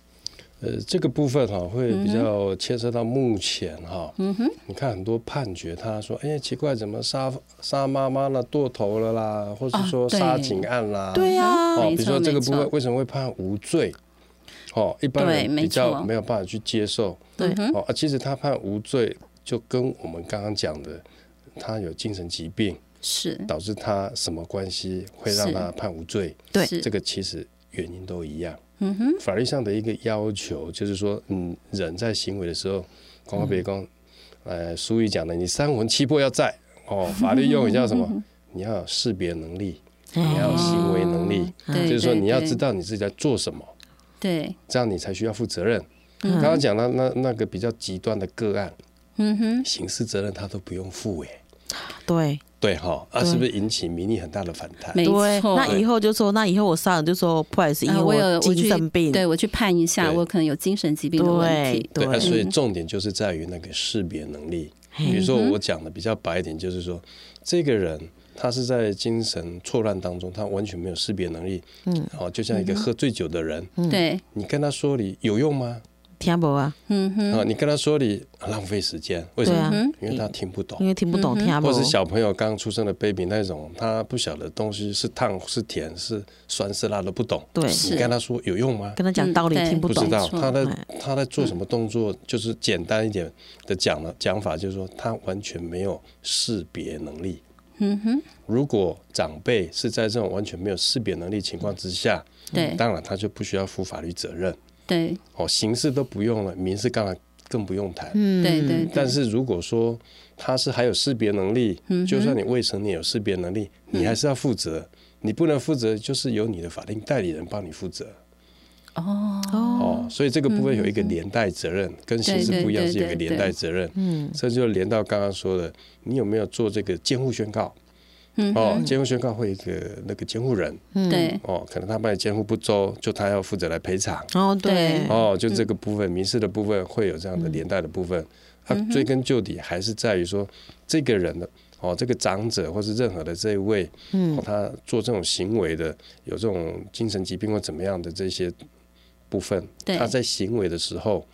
Speaker 5: 呃，这个部分哈、会比较牵涉到目前哈、
Speaker 3: 嗯哼，
Speaker 5: 你看很多判决，他说，哎呀，奇怪，怎么杀杀妈妈了，剁头了啦，或是
Speaker 3: 啊
Speaker 5: 说
Speaker 3: 对
Speaker 5: 杀警案啦，
Speaker 6: 对啊，
Speaker 5: 哦，
Speaker 3: 没
Speaker 5: 比如
Speaker 3: 错
Speaker 5: 说这个
Speaker 3: 没
Speaker 5: 部
Speaker 3: 错
Speaker 5: 分为什么会判无罪？哦，一般
Speaker 3: 对
Speaker 5: 人
Speaker 3: 没
Speaker 5: 比较
Speaker 3: 错
Speaker 5: 没有办法去接受。
Speaker 6: 对
Speaker 3: 嗯哼，
Speaker 5: 哦，啊，其实他判无罪，就跟我们刚刚讲的，他有精神疾病，
Speaker 3: 是
Speaker 5: 导致他什么关系会让
Speaker 3: 是
Speaker 5: 他判无罪？
Speaker 6: 对
Speaker 3: 是
Speaker 5: 这个其实原因都一样。
Speaker 3: 嗯哼，
Speaker 5: 法律上的一个要求就是说，嗯，人在行为的时候，光别
Speaker 3: 嗯
Speaker 5: 光，呃，俗语讲的，你三魂七魄要在 哦，法律用语叫什么？你要有识别能力，
Speaker 3: 哦
Speaker 5: 你要有行为能力，
Speaker 3: 对，
Speaker 5: 就是说
Speaker 3: 对
Speaker 5: 你要
Speaker 3: 对
Speaker 5: 知道你自己在做什么，
Speaker 3: 对，
Speaker 5: 这样你才需要负责任。
Speaker 3: 嗯
Speaker 5: 刚刚讲到那那个比较极端的个案，
Speaker 3: 嗯哼，
Speaker 5: 刑事责任他都不用负哎，
Speaker 6: 对，
Speaker 5: 对哈，啊，
Speaker 6: 对
Speaker 5: 是不是引起民意很大的反弹？
Speaker 3: 没
Speaker 6: 对，
Speaker 3: 错。
Speaker 6: 那以后就说，那以后我杀人就说不好意思，因
Speaker 3: 啊
Speaker 6: 为
Speaker 3: 我有
Speaker 6: 精神病，
Speaker 3: 对我去判一下，
Speaker 5: 对
Speaker 3: 我可能有精神疾病的问
Speaker 6: 对
Speaker 3: 题。
Speaker 5: 对，啊所以
Speaker 3: 嗯
Speaker 5: 重点就是在于那个识别能力。比
Speaker 6: 嘿嗯
Speaker 5: 如说我讲的比较白一点，就是说这个人他是在精神错乱当中，他完全没有识别能力，嗯，哦，就像一个喝醉酒的人，
Speaker 6: 嗯
Speaker 3: 对，
Speaker 5: 你跟他说理有用吗？
Speaker 6: 听不啊，
Speaker 3: 嗯哼，
Speaker 5: 啊，你跟他说理浪费时间，为什
Speaker 6: 对
Speaker 5: 么？
Speaker 6: 啊，
Speaker 5: 因为他听不懂
Speaker 6: 因。为听不
Speaker 3: 嗯
Speaker 6: 懂，听不
Speaker 5: 或是小朋友刚出生的 baby 那种，他不晓得东西是烫是甜是酸是辣都不懂。
Speaker 6: 对，
Speaker 3: 是
Speaker 5: 你跟他说有用吗？
Speaker 6: 跟他讲道理
Speaker 3: 嗯对
Speaker 6: 听
Speaker 5: 嗯不
Speaker 6: 懂
Speaker 5: 知，道
Speaker 3: 没错
Speaker 5: 他在
Speaker 6: 哎
Speaker 5: 他在做什么动作，就是简单一点的讲了讲法，就是说他完全没有识别能力。
Speaker 3: 嗯哼，
Speaker 5: 如果长辈是在这种完全没有识别能力情况之下，
Speaker 3: 对
Speaker 5: 当然他就不需要负法律责任。
Speaker 3: 对
Speaker 5: 哦，刑事都不用了，民事当然更不用谈。
Speaker 4: 嗯
Speaker 3: 对对，对
Speaker 5: 但是如果说他是还有识别能力，
Speaker 3: 嗯哼嗯
Speaker 5: 就算你未成年有识别能力，你还是要负责。你不能负责，就是由你的法定代理人帮你负责
Speaker 3: 哦，
Speaker 5: 哦。所以这个部分有一个连带责任，跟刑事不一样，
Speaker 3: 对对
Speaker 5: 是有一个
Speaker 3: 对对
Speaker 5: 连带责任。
Speaker 4: 嗯
Speaker 5: 这就连到刚刚说的，你有没有做这个监护宣告？
Speaker 3: 嗯哼，
Speaker 5: 哦，监护宣告会有一个那个监护人
Speaker 4: 嗯，
Speaker 3: 对，
Speaker 5: 哦，可能他帮你监护不周，就他要负责来赔偿。
Speaker 4: 哦
Speaker 3: 对
Speaker 6: 哎
Speaker 4: 对，
Speaker 5: 哦，就这个部分，民事的部分会有这样的连带的部分。它追根究底还是在于说，这个人的哦，这个长者或是任何的这一位，哦，他做这种行为的，有这种精神疾病或怎么样的这些部分，
Speaker 3: 对
Speaker 5: 他在行为的时候，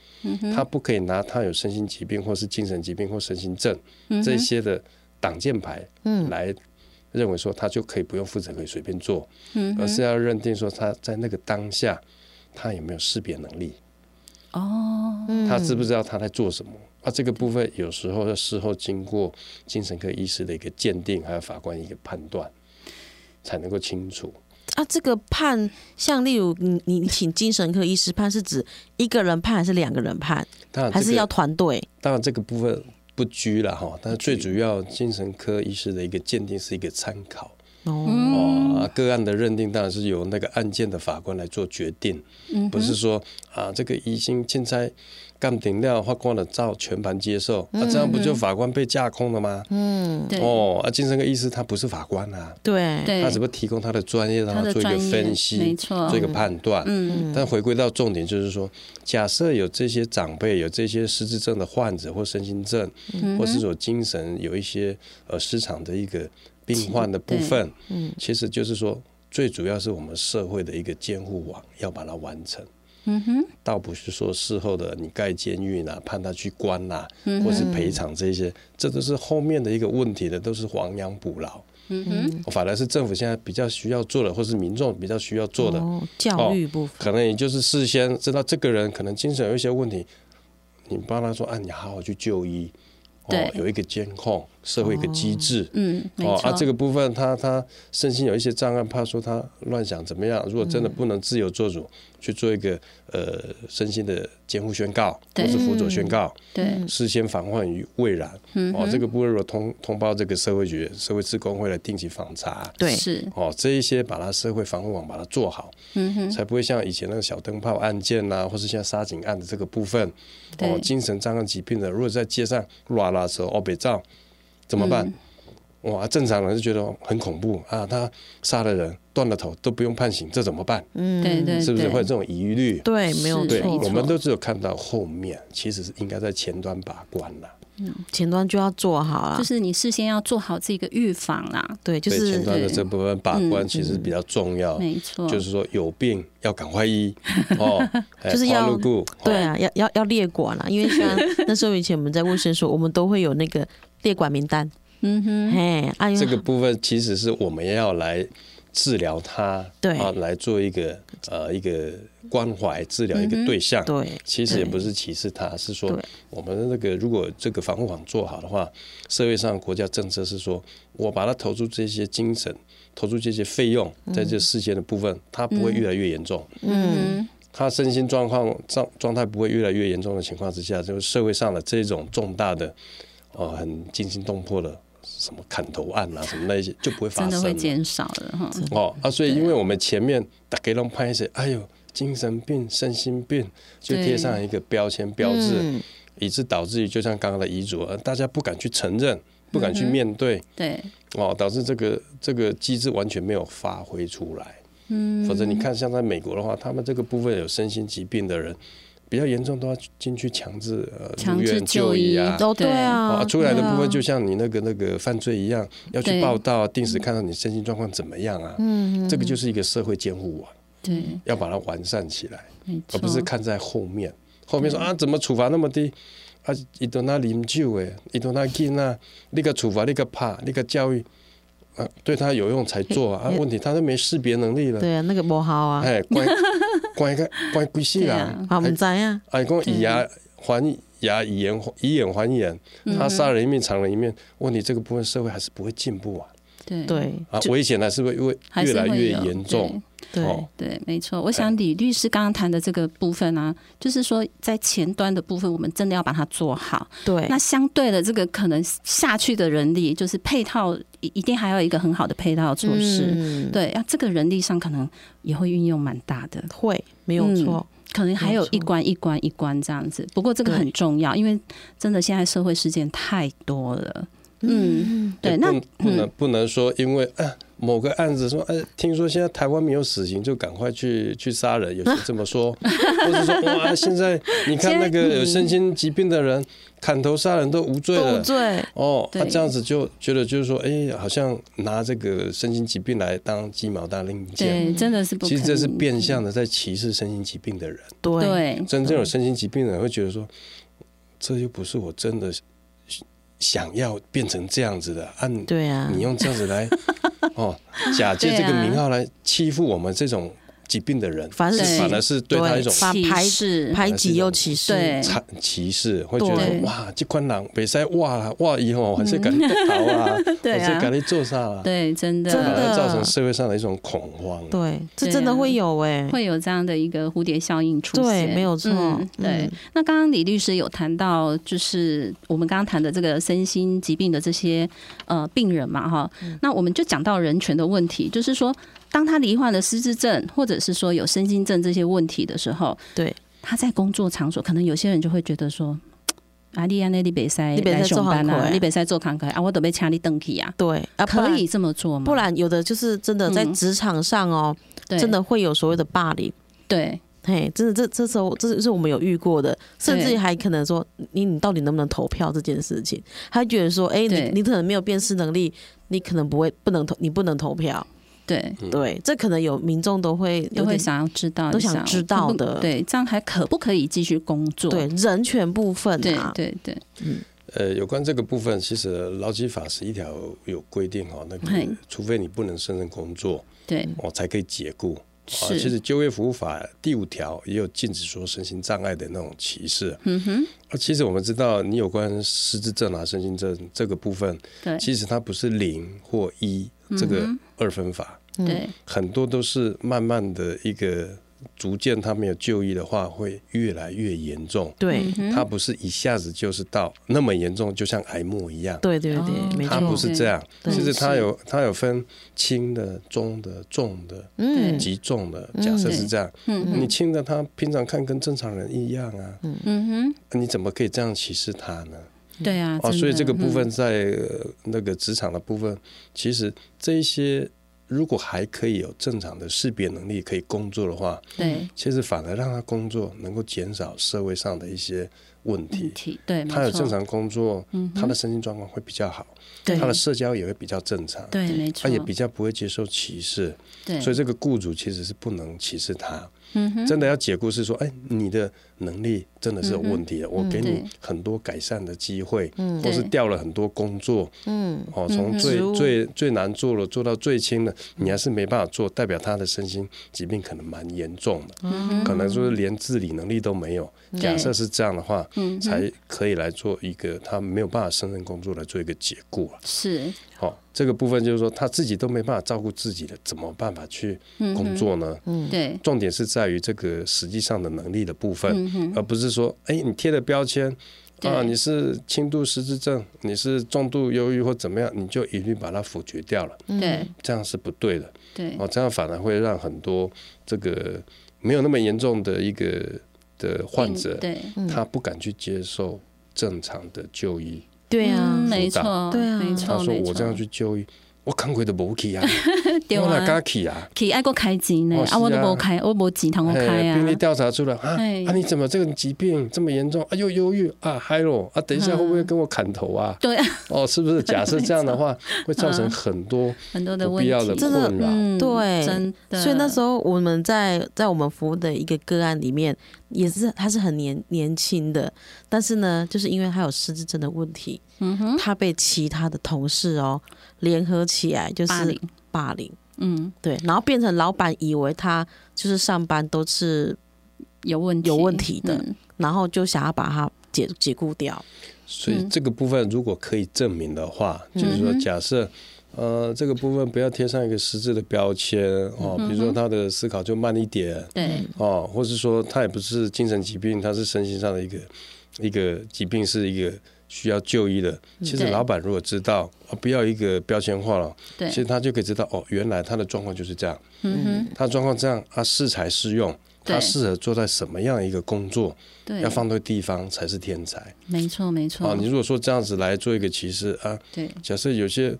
Speaker 5: 他不可以拿他有身心疾病或是精神疾病或身心症
Speaker 3: 嗯
Speaker 5: 这些的挡箭牌，来认为说他就可以不用负责，可以随便做，
Speaker 3: 嗯
Speaker 5: 而
Speaker 6: 嗯
Speaker 5: 是要认定说他在那个当下。他有没有识别能力？
Speaker 3: 哦，
Speaker 6: 嗯
Speaker 5: 他知不知道他在做什么？啊，这个部分有时候要事后经过精神科医师的一个鉴定，还有法官一个判断，才能够清楚。
Speaker 6: 啊，这个判，像例如你你请精神科医师判，是指一个人判还是两个人判，
Speaker 5: 当啊然、这
Speaker 6: 还
Speaker 5: 个，
Speaker 6: 是要团队？
Speaker 5: 当然这个部分不拘了哈，但是最主要精神科医师的一个鉴定是一个参考。
Speaker 6: 哦，
Speaker 5: 哦，啊个案的认定当然是由那个案件的法官来做决定，
Speaker 3: 嗯
Speaker 5: 不是说啊这个疑心欠差干顶料法官的照全盘接受，啊这样
Speaker 3: 嗯
Speaker 5: 不就法官被架空了吗？
Speaker 3: 对，
Speaker 5: 哦，啊精神科医师他不是法官啊，
Speaker 6: 对，
Speaker 3: 嗯对，
Speaker 5: 他只不过提供他的专业，让
Speaker 3: 他的
Speaker 5: 做一个
Speaker 3: 专业
Speaker 5: 分
Speaker 3: 没
Speaker 5: 析，
Speaker 3: 错
Speaker 5: 做一个判断。
Speaker 3: 嗯
Speaker 5: 但回归到重点，就是说，假设有这些长辈、有这些失智症的患者或身心症，
Speaker 3: 嗯
Speaker 5: 或是说精神有一些呃失常的一个病患的部分，嗯，其实就是说，最主要是我们社会的一个监护网要把它完成。
Speaker 3: 嗯哼，
Speaker 5: 倒不是说事后的你盖监狱啦、判他去关啦、或是赔偿这些，这都是后面的一个问题的，都是亡羊补牢。
Speaker 3: 嗯哼，
Speaker 5: 哦反而是政府现在比较需要做的，或是民众比较需要做的，
Speaker 6: 哦，教育部分，
Speaker 5: 可能也就是事先知道这个人可能精神有一些问题，你帮他说啊，你好好去就医，哦
Speaker 3: 对
Speaker 5: 有一个监控，社会一个机制。
Speaker 3: 嗯，没
Speaker 5: 哦
Speaker 3: 错，
Speaker 5: 啊，这个部分他他身心有一些障碍，怕说他乱想怎么样。如果真的不能自由做主，嗯去做一个呃身心的监护宣告或
Speaker 3: 对
Speaker 5: 是辅佐宣告，
Speaker 3: 对，
Speaker 6: 嗯
Speaker 5: 事先防患于未然。哦，这个部分如果通通报这个社会局、社会职工会来定期访查。
Speaker 6: 对，
Speaker 3: 是，
Speaker 5: 哦，这一些把它社会防护网把它做好，
Speaker 3: 嗯哼，
Speaker 5: 才不会像以前那个小灯泡案件呐、或是像杀警案的这个部分，哦
Speaker 3: 对，
Speaker 5: 精神障碍疾病的，如果在街上乱拉扯、哦被照，怎么办？
Speaker 6: 嗯
Speaker 5: 哇，正常人就觉得很恐怖啊，他杀了人、断了头都不用判刑，这怎么办？
Speaker 3: 对对，
Speaker 5: 是不是
Speaker 3: 对
Speaker 5: 会有这种疑虑？
Speaker 6: 嗯对，没有
Speaker 3: 是
Speaker 5: 对，
Speaker 3: 没
Speaker 6: 错，
Speaker 5: 我
Speaker 3: 错
Speaker 5: 们都只有看到后面，其实是应该在前端把关了。
Speaker 6: 前端就要做好
Speaker 5: 啊
Speaker 6: 了
Speaker 3: 就，是你事先要做好这个预防啦，
Speaker 6: 对，就
Speaker 5: 对前
Speaker 6: 是
Speaker 5: 端的
Speaker 3: 对
Speaker 5: 这部分把
Speaker 3: 嗯
Speaker 5: 关其实比较重要。
Speaker 3: 没错，
Speaker 5: 哦就是说有病要赶快医 哦，哎
Speaker 6: 就是要
Speaker 5: 花露骨
Speaker 6: 对
Speaker 5: 哦
Speaker 6: 啊，要要要列管啦，因为像那时候以前我们在卫生所，我们都会有那个列管名单，
Speaker 3: 嗯哼，
Speaker 6: 嘿，啊，因为
Speaker 5: 这个部分其实是我们要来治疗它，
Speaker 6: 对
Speaker 5: 啊，来做一个呃一个关怀治疗一个对象。
Speaker 6: 嗯对
Speaker 5: 其实也
Speaker 6: 对
Speaker 5: 不是歧视它，是说
Speaker 6: 对
Speaker 5: 我们的那个如果这个防护网做好的话，社会上国家政策是说我把它投注这些精神，投注这些费用在
Speaker 6: 嗯
Speaker 5: 这事件的部分，它不会越来越严重。
Speaker 3: 嗯
Speaker 5: 他身心状况状状态不会越来越严重的情况之下，就是社会上的这种重大的，哦、很惊心动魄的什么砍头案啊，什么那一些就不会发
Speaker 3: 真的
Speaker 5: 生
Speaker 3: 会
Speaker 5: 了。
Speaker 3: 减少了哈，
Speaker 5: 哦啊，所以因为我们前面打给弄拍一些，哎呦，精神病、身心病，就
Speaker 3: 对
Speaker 5: 贴上一个标签标志，
Speaker 3: 嗯
Speaker 5: 以致导致于就像刚刚的遗嘱，呃大家不敢去承认，不敢去
Speaker 3: 嗯
Speaker 5: 面对，
Speaker 3: 对，
Speaker 5: 哦，导致这个这个机制完全没有发挥出来。嗯，否则你看，像在美国的话，他们这个部分有身心疾病的人，比较严重都要进去强制呃
Speaker 3: 强
Speaker 5: 入
Speaker 3: 制
Speaker 5: 院就
Speaker 3: 医
Speaker 5: 医啊。
Speaker 6: 哦，对
Speaker 5: 哦
Speaker 6: 啊，，
Speaker 5: 出来的部
Speaker 6: 对
Speaker 5: 分
Speaker 6: 啊
Speaker 5: 就像你那个那个犯罪一样，要去
Speaker 3: 对
Speaker 5: 报道，定时看到你身心状况怎么样啊。嗯，这个就是一个社会监护网，
Speaker 3: 对，
Speaker 5: 要把它完善起来，
Speaker 3: 没
Speaker 5: 嗯而
Speaker 3: 错，
Speaker 5: 不是看在后面。后
Speaker 3: 嗯
Speaker 5: 面说啊，怎么处罚那么低？啊，伊都那啉酒诶，伊都那囡仔，你个处罚，你个怕，你个教育，啊，对他有用才做啊。啊问题他都没识别能力了，
Speaker 6: 对啊，那个不好啊，
Speaker 5: 哎， 关关一个关规系
Speaker 3: 对
Speaker 5: 啦
Speaker 3: 啊，
Speaker 6: 好，我们知啊，
Speaker 5: 哎，讲以牙还牙，
Speaker 3: 嗯
Speaker 5: 以眼以眼还眼，他杀人一面偿人一面。问题这个部分社会还是不会进步啊。
Speaker 3: 对
Speaker 6: 对
Speaker 5: 啊，
Speaker 6: 就
Speaker 5: 危险呢是会越
Speaker 3: 还
Speaker 5: 越
Speaker 3: 是
Speaker 5: 来
Speaker 3: 会
Speaker 5: 越
Speaker 3: 有
Speaker 5: 严重。
Speaker 6: 对
Speaker 5: 哦
Speaker 3: 对，没错。我
Speaker 5: 哎
Speaker 3: 想李律师刚刚谈的这个部分啊，就是说在前端的部分，我们真的要把它做好。
Speaker 6: 对
Speaker 3: 那相对的，这个可能下去的人力，就是配套，一一定还要有一个很好的配套措施。
Speaker 6: 嗯
Speaker 3: 对，啊，这个人力上可能也会运用蛮大的，
Speaker 6: 会没有错，
Speaker 3: 可能还有
Speaker 6: 没错
Speaker 3: 一关一关一关这样子。不过这个很
Speaker 6: 对
Speaker 3: 重要，因为真的现在社会事件太多了。嗯，对，
Speaker 5: 也
Speaker 3: 那
Speaker 5: 不不能不能说因为啊某个案子说，哎，听说现在台湾没有死刑，就赶快去去杀人，有些这么说， 或者说哇，现在你看那
Speaker 3: 嗯
Speaker 5: 个有身心疾病的人砍头杀人都无罪
Speaker 6: 都
Speaker 5: 了
Speaker 6: 无。罪，
Speaker 5: 哦，那、
Speaker 3: 对
Speaker 5: 这样子就觉得就是说，哎、好像拿这个身心疾病来当鸡毛当令箭，
Speaker 3: 对，真的是不可
Speaker 5: 其
Speaker 3: 以。
Speaker 5: 实这是变相的在歧视身心疾病的人。
Speaker 6: 对
Speaker 3: 对，
Speaker 5: 真正有身心疾病的人会觉得说，这又不是我真的想要变成这样子的，按、
Speaker 6: 对啊，
Speaker 5: 你用这样子来哦，假借这个
Speaker 3: 对啊
Speaker 5: 名号来欺负我们这种疾病的人，
Speaker 6: 反而
Speaker 3: 对
Speaker 6: 是
Speaker 5: 反而是对他一种
Speaker 6: 把
Speaker 3: 歧
Speaker 6: 排
Speaker 3: 视
Speaker 6: 排挤又歧视，
Speaker 3: 对
Speaker 5: 差歧视，会觉
Speaker 6: 对
Speaker 5: 得哇，这款人北塞哇哇，以后我还是赶紧逃啊，
Speaker 3: 对
Speaker 5: 我
Speaker 3: 啊
Speaker 5: 是赶紧做啥啦，
Speaker 3: 对，真的
Speaker 6: 真
Speaker 5: 反
Speaker 6: 的
Speaker 5: 而造成社会上的一种恐慌。
Speaker 6: 对，这
Speaker 3: 对
Speaker 6: 真的
Speaker 3: 啊
Speaker 6: 会有哎，
Speaker 3: 会有这样的一个蝴蝶效应出现，
Speaker 6: 对，没有错
Speaker 3: 嗯，对
Speaker 6: 嗯，
Speaker 3: 那刚刚李律师有谈到，就是我们刚刚谈的这个身心疾病的这些呃病人嘛，哈，
Speaker 6: 嗯
Speaker 3: 那我们就讲到人权的问题，就是说，当他罹患了失智症，或者是说有身心症这些问题的时候，
Speaker 6: 对，
Speaker 3: 他在工作场所，可能有些人就会觉得说。啊，你安内你北塞
Speaker 6: 你不可以
Speaker 3: 来上班
Speaker 6: 做行
Speaker 3: 啊，
Speaker 6: 业
Speaker 3: 你北塞做康可啊，我都被掐你登去啊，
Speaker 6: 对啊，不
Speaker 3: 可
Speaker 6: 然
Speaker 3: 以。这么做吗？
Speaker 6: 不然，有的就是真的在
Speaker 3: 嗯
Speaker 6: 职场上哦，
Speaker 3: 对
Speaker 6: 真的会有所谓的霸凌。
Speaker 3: 对
Speaker 6: 嘿，真的，这这时候这是我们有遇过的，甚至
Speaker 3: 对
Speaker 6: 还可能说你你到底能不能投票这件事情，他觉得说，哎、
Speaker 3: 对
Speaker 6: 你你可能没有辨识能力，你可能不会不能投，你不能投票，
Speaker 3: 对，
Speaker 6: 对，这可能有民众嗯都会有
Speaker 3: 嗯都会
Speaker 6: 点
Speaker 3: 想要知道一下，
Speaker 6: 都想知道
Speaker 3: 可不
Speaker 6: 的
Speaker 3: 对，这样还可不可以继续工作？
Speaker 6: 对人权部分
Speaker 3: 对
Speaker 6: 啊，
Speaker 3: 对对
Speaker 5: 呃，有关这个部分，其实劳基法十一条有规定哦，那
Speaker 3: 嘿
Speaker 5: 个除非你不能胜任工作，
Speaker 3: 对，
Speaker 5: 哦才可以解雇。啊，
Speaker 3: 是，
Speaker 5: 其实就业服务法第五条也有禁止说身心障碍的那种歧视。
Speaker 3: 嗯哼，
Speaker 5: 啊，其实我们知道，你有关失智症啊、身心症这个部分，
Speaker 3: 对
Speaker 5: 其实它不是零或一这个二分法，
Speaker 3: 对
Speaker 5: 很多都是慢慢的一个逐渐，它没有就医的话，会越来越严重。
Speaker 3: 嗯
Speaker 6: 对
Speaker 5: 它不是一下子就是到那么严重，就像癌末一样。
Speaker 6: 对对对
Speaker 3: 哦
Speaker 6: 没
Speaker 5: 它
Speaker 6: 错，
Speaker 5: 不是这样，
Speaker 6: 对
Speaker 5: 其实它
Speaker 3: 是
Speaker 5: 有它有分轻的、中的、重的、
Speaker 6: 嗯，
Speaker 5: 极重的。假设是这样，
Speaker 3: 嗯
Speaker 5: 你轻的他平常看跟正常人一样啊，
Speaker 3: 嗯
Speaker 5: 你怎么可以这样歧视他呢？
Speaker 3: 哼，对啊，
Speaker 5: 哦，
Speaker 3: 真
Speaker 5: 所以
Speaker 3: 的
Speaker 5: 这个部，
Speaker 3: 嗯
Speaker 5: 分在、呃那个职场的部分，其实这一些如果还可以有正常的识别能力，可以工作的话，
Speaker 3: 对嗯
Speaker 5: 其实反而让他工作能够减少社会上的一些问题
Speaker 3: 问。题，对，嗯没
Speaker 5: 他有
Speaker 3: 错
Speaker 5: 正，常工作，
Speaker 3: 嗯哼
Speaker 5: 他的身心状况会比较好，
Speaker 3: 对
Speaker 5: 他的社交也会比较正常，
Speaker 3: 对，没错，
Speaker 5: 他也比较不会接受歧视。
Speaker 3: 对，
Speaker 5: 所以这个雇主其实是不能歧视他，
Speaker 3: 嗯哼，
Speaker 5: 真的要解雇是说，哎，你的能力真的是有问题的，我给
Speaker 3: 嗯对
Speaker 5: 你很多改善的机会，
Speaker 6: 嗯
Speaker 5: 或是
Speaker 3: 对
Speaker 5: 调了很多工作，
Speaker 6: 嗯，
Speaker 5: 哦，从最
Speaker 6: 职务
Speaker 5: 最最难做了做到最轻的，你还是没办法做，代表他的身心疾病可能蛮严重的，
Speaker 3: 嗯
Speaker 5: 可能说连自理能力都没有。假设是这样的话，
Speaker 3: 嗯哼
Speaker 5: 才可以来做一个他没有办法胜任工作来做一个解雇啊。
Speaker 3: 是
Speaker 5: 好、这个部分就是说他自己都没办法照顾自己了，怎么办法去工作呢？
Speaker 3: 嗯对，
Speaker 5: 重点是在于这个实际上的能力的部分，
Speaker 3: 嗯哼，
Speaker 5: 而不是说，哎，你贴了标签
Speaker 3: 对
Speaker 5: 啊，你是轻度失智症，你是重度忧郁或怎么样，你就一律把它否决掉了，
Speaker 3: 对
Speaker 5: 这样是不对的。
Speaker 3: 对
Speaker 5: 哦，这样反而会让很多这个没有那么严重的一个的患者，
Speaker 3: 嗯对，
Speaker 6: 嗯
Speaker 5: 他不敢去接受正常的就医。
Speaker 6: 对啊
Speaker 3: 嗯，没
Speaker 5: 辅导
Speaker 3: 错，
Speaker 6: 对啊
Speaker 3: 没
Speaker 5: 他
Speaker 3: 错，
Speaker 5: 说
Speaker 3: 没
Speaker 5: 我
Speaker 3: 错
Speaker 5: 这样去就医，我看过都无去啊，
Speaker 3: 对
Speaker 5: 我哪
Speaker 3: 啊
Speaker 5: 敢，去啊？
Speaker 3: 可以爱过开钱呢
Speaker 5: 哦，
Speaker 3: 啊，我都
Speaker 5: 是啊
Speaker 3: 无开，我无钱通我
Speaker 5: 哎
Speaker 3: 开啊
Speaker 5: 病，例调查出来啊，
Speaker 3: 哎
Speaker 5: 啊你怎么这个疾病这么严重啊？又忧郁啊，嗨喽啊，等一
Speaker 3: 嗯
Speaker 5: 下会不会跟我砍头啊？
Speaker 3: 对，
Speaker 5: 哦，是不是？假设这样的 话，会造成很多
Speaker 3: 嗯很多的
Speaker 5: 不
Speaker 3: 问
Speaker 5: 必
Speaker 3: 题
Speaker 5: 要，的
Speaker 6: 真的
Speaker 5: 困扰。
Speaker 3: 嗯，
Speaker 6: 对
Speaker 3: 真的，
Speaker 6: 所以那时候我们在在我们服务的一个个案里面，也是他是很年年轻的，但是呢，就是因为他有失智症的问题，
Speaker 3: 嗯哼，
Speaker 6: 他被其他的同事哦联合起来就是
Speaker 3: 霸凌，
Speaker 6: 霸凌，
Speaker 3: 嗯，
Speaker 6: 对，然后变成老板以为他就是上班都是，
Speaker 3: 有问题，
Speaker 6: 有问题的
Speaker 3: 嗯
Speaker 6: 然后就想要把他解解雇掉，
Speaker 3: 嗯
Speaker 5: 所以这个部分如果可以证明的话，就是说，假设呃，这个部分不要贴上一个实质的标签
Speaker 3: 嗯
Speaker 5: 哦，比如说他的思考就慢一点
Speaker 6: 嗯
Speaker 3: 对，
Speaker 5: 哦，或是说他也不是精神疾病，他是身心上的一个一个疾病，是一个需要就医的。其
Speaker 3: 嗯
Speaker 5: 实
Speaker 3: 对
Speaker 5: 老板如果知道，哦、不要一个标签化了，
Speaker 3: 对
Speaker 5: 其实他就可以知道哦，原来他的状况就是这样，
Speaker 3: 嗯哼，
Speaker 5: 他的状况这样，他适才适用，
Speaker 3: 对
Speaker 5: 他适合做在什么样一个工作，
Speaker 3: 对
Speaker 5: 要，放对地方才是天才
Speaker 3: 没错，没
Speaker 5: 啊！
Speaker 3: 错
Speaker 5: 你，如果说这样子来做一个歧视啊，
Speaker 3: 对，
Speaker 5: 假设有些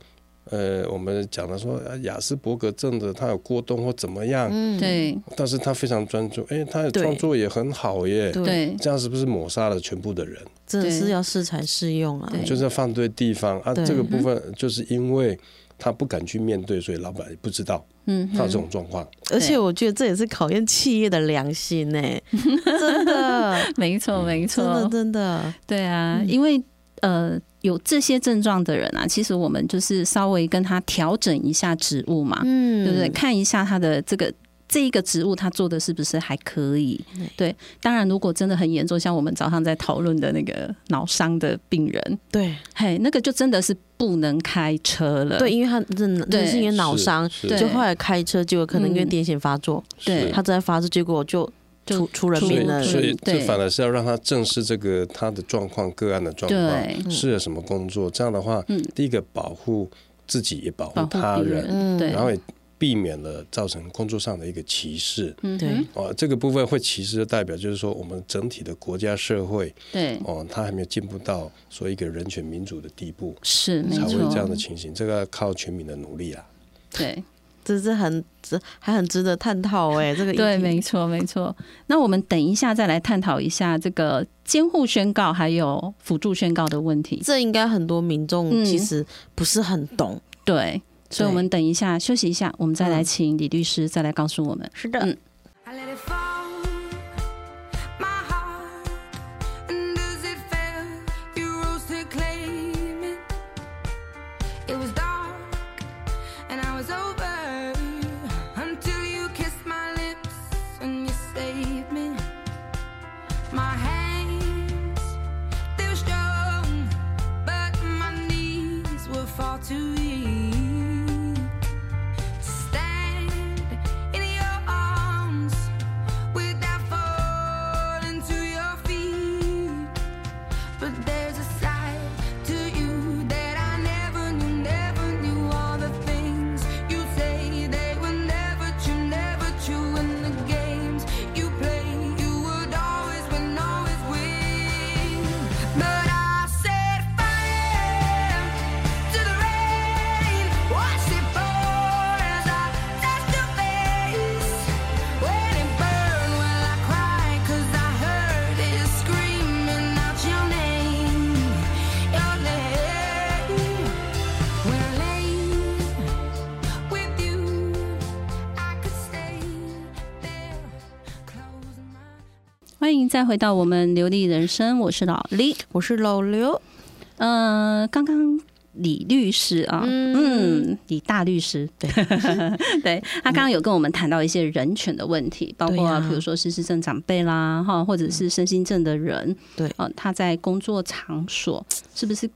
Speaker 5: 呃，我们讲的说啊雅斯伯格症的他有过动或怎么样，
Speaker 4: 嗯，
Speaker 3: 对，
Speaker 5: 但是他非常专注，哎，他的
Speaker 6: 对
Speaker 5: 创作也很好耶。
Speaker 3: 对，
Speaker 5: 这样是不是抹杀了全部的人？
Speaker 6: 真的是
Speaker 3: 对
Speaker 6: 要适才适用啊。
Speaker 3: 对嗯
Speaker 5: 就是要放对地方啊！
Speaker 6: 对
Speaker 5: 这个部分就是因为他不敢去面对，所以老板也不知道
Speaker 3: 嗯
Speaker 5: 他有
Speaker 3: 哼，
Speaker 5: 这种状况。
Speaker 6: 而且我觉得这也是考验企业的良心呢、 真的，
Speaker 3: 没错，
Speaker 5: 嗯
Speaker 3: 没
Speaker 6: 真的，嗯
Speaker 3: 错，
Speaker 6: 真的，
Speaker 3: 对啊，因为呃。有这些症状的人啊，其实我们就是稍微跟他调整一下职务嘛，
Speaker 6: 嗯
Speaker 3: 对不对？？看一下他的这个这一个职务，他做的是不是还可以？对，当然如果真的很严重，像我们早上在讨论的那个脑伤的病人，
Speaker 6: 对
Speaker 3: 嘿，那个就真的是不能开车了。
Speaker 6: 对，因为他人
Speaker 3: 对
Speaker 6: 人是因为脑伤，
Speaker 5: 是
Speaker 3: 对
Speaker 6: 就后来开车就有可能因为
Speaker 3: 嗯
Speaker 6: 癫痫发作，
Speaker 3: 对
Speaker 5: 是
Speaker 6: 他正在发作，结果就
Speaker 3: 就
Speaker 6: 出出人
Speaker 5: 所
Speaker 3: 对
Speaker 6: 命
Speaker 5: 以
Speaker 3: 出
Speaker 6: 了。
Speaker 5: 所以
Speaker 3: 对
Speaker 5: 这反而是要让他正视这个他的状况、个案的状况，
Speaker 3: 对，
Speaker 5: 适合什么工作。这样的话，
Speaker 3: 嗯，
Speaker 5: 第一个保护自己，也保
Speaker 3: 保
Speaker 5: 护
Speaker 3: 护
Speaker 5: 他
Speaker 3: 别
Speaker 5: 人，
Speaker 6: 嗯
Speaker 3: 人，对
Speaker 5: 然，后也避免了造成工作上的一个歧视。
Speaker 3: 嗯
Speaker 6: 对
Speaker 3: 哼
Speaker 5: 哦，这个部分会歧视的代表就是说，我们整体的国家社会
Speaker 3: 对，
Speaker 5: 哦，它还没有进步到说一个人权民主的地步，
Speaker 3: 是没
Speaker 5: 才会有这样
Speaker 3: 错
Speaker 5: 的，情形。这个要靠全民的努力啊。
Speaker 3: 对。
Speaker 6: 这是很值，还很值得探讨哎、这个议
Speaker 3: 对，
Speaker 6: 题
Speaker 3: 没错，没错。那我们等一下再来探讨一下这个监护宣告还有辅助宣告的问题。
Speaker 6: 这应该很多民众
Speaker 3: 嗯
Speaker 6: 其实不是很懂。
Speaker 3: 对，所以我们等一下休息一下，我们
Speaker 5: 嗯
Speaker 3: 再来请李律师再来告诉我们。
Speaker 6: 是的
Speaker 3: 嗯
Speaker 7: I let it fall, my heart, and as it fell, you rose to claim it. It was dark, and I was over until you kissed my lips and you saved me. My hands, they were strong, but my knees were far too weak stand in your arms without falling to your feet. But there's a side to you that I never knew, never knew all the things you say they were never true, never true in the games you play. You would always win, always win. But I said fire to the rain, watch it pour as I touch your face. When it burned, well I cried 'cause I heard it screaming out your name, your name. When I lay with you, I could stay there, closing my.
Speaker 3: 欢迎再回到我们流利人生，我是老李。
Speaker 6: 我是老刘，
Speaker 3: 呃，刚刚李律师啊，嗯李大律师，对， 对他刚刚有跟我们谈到一些人权的问题，包括、
Speaker 6: 对
Speaker 3: 啊、
Speaker 6: 呀
Speaker 3: 比如说失智症长辈啦，哈，或者是身心症的人，
Speaker 6: 对
Speaker 3: 呃，他在工作场所是不是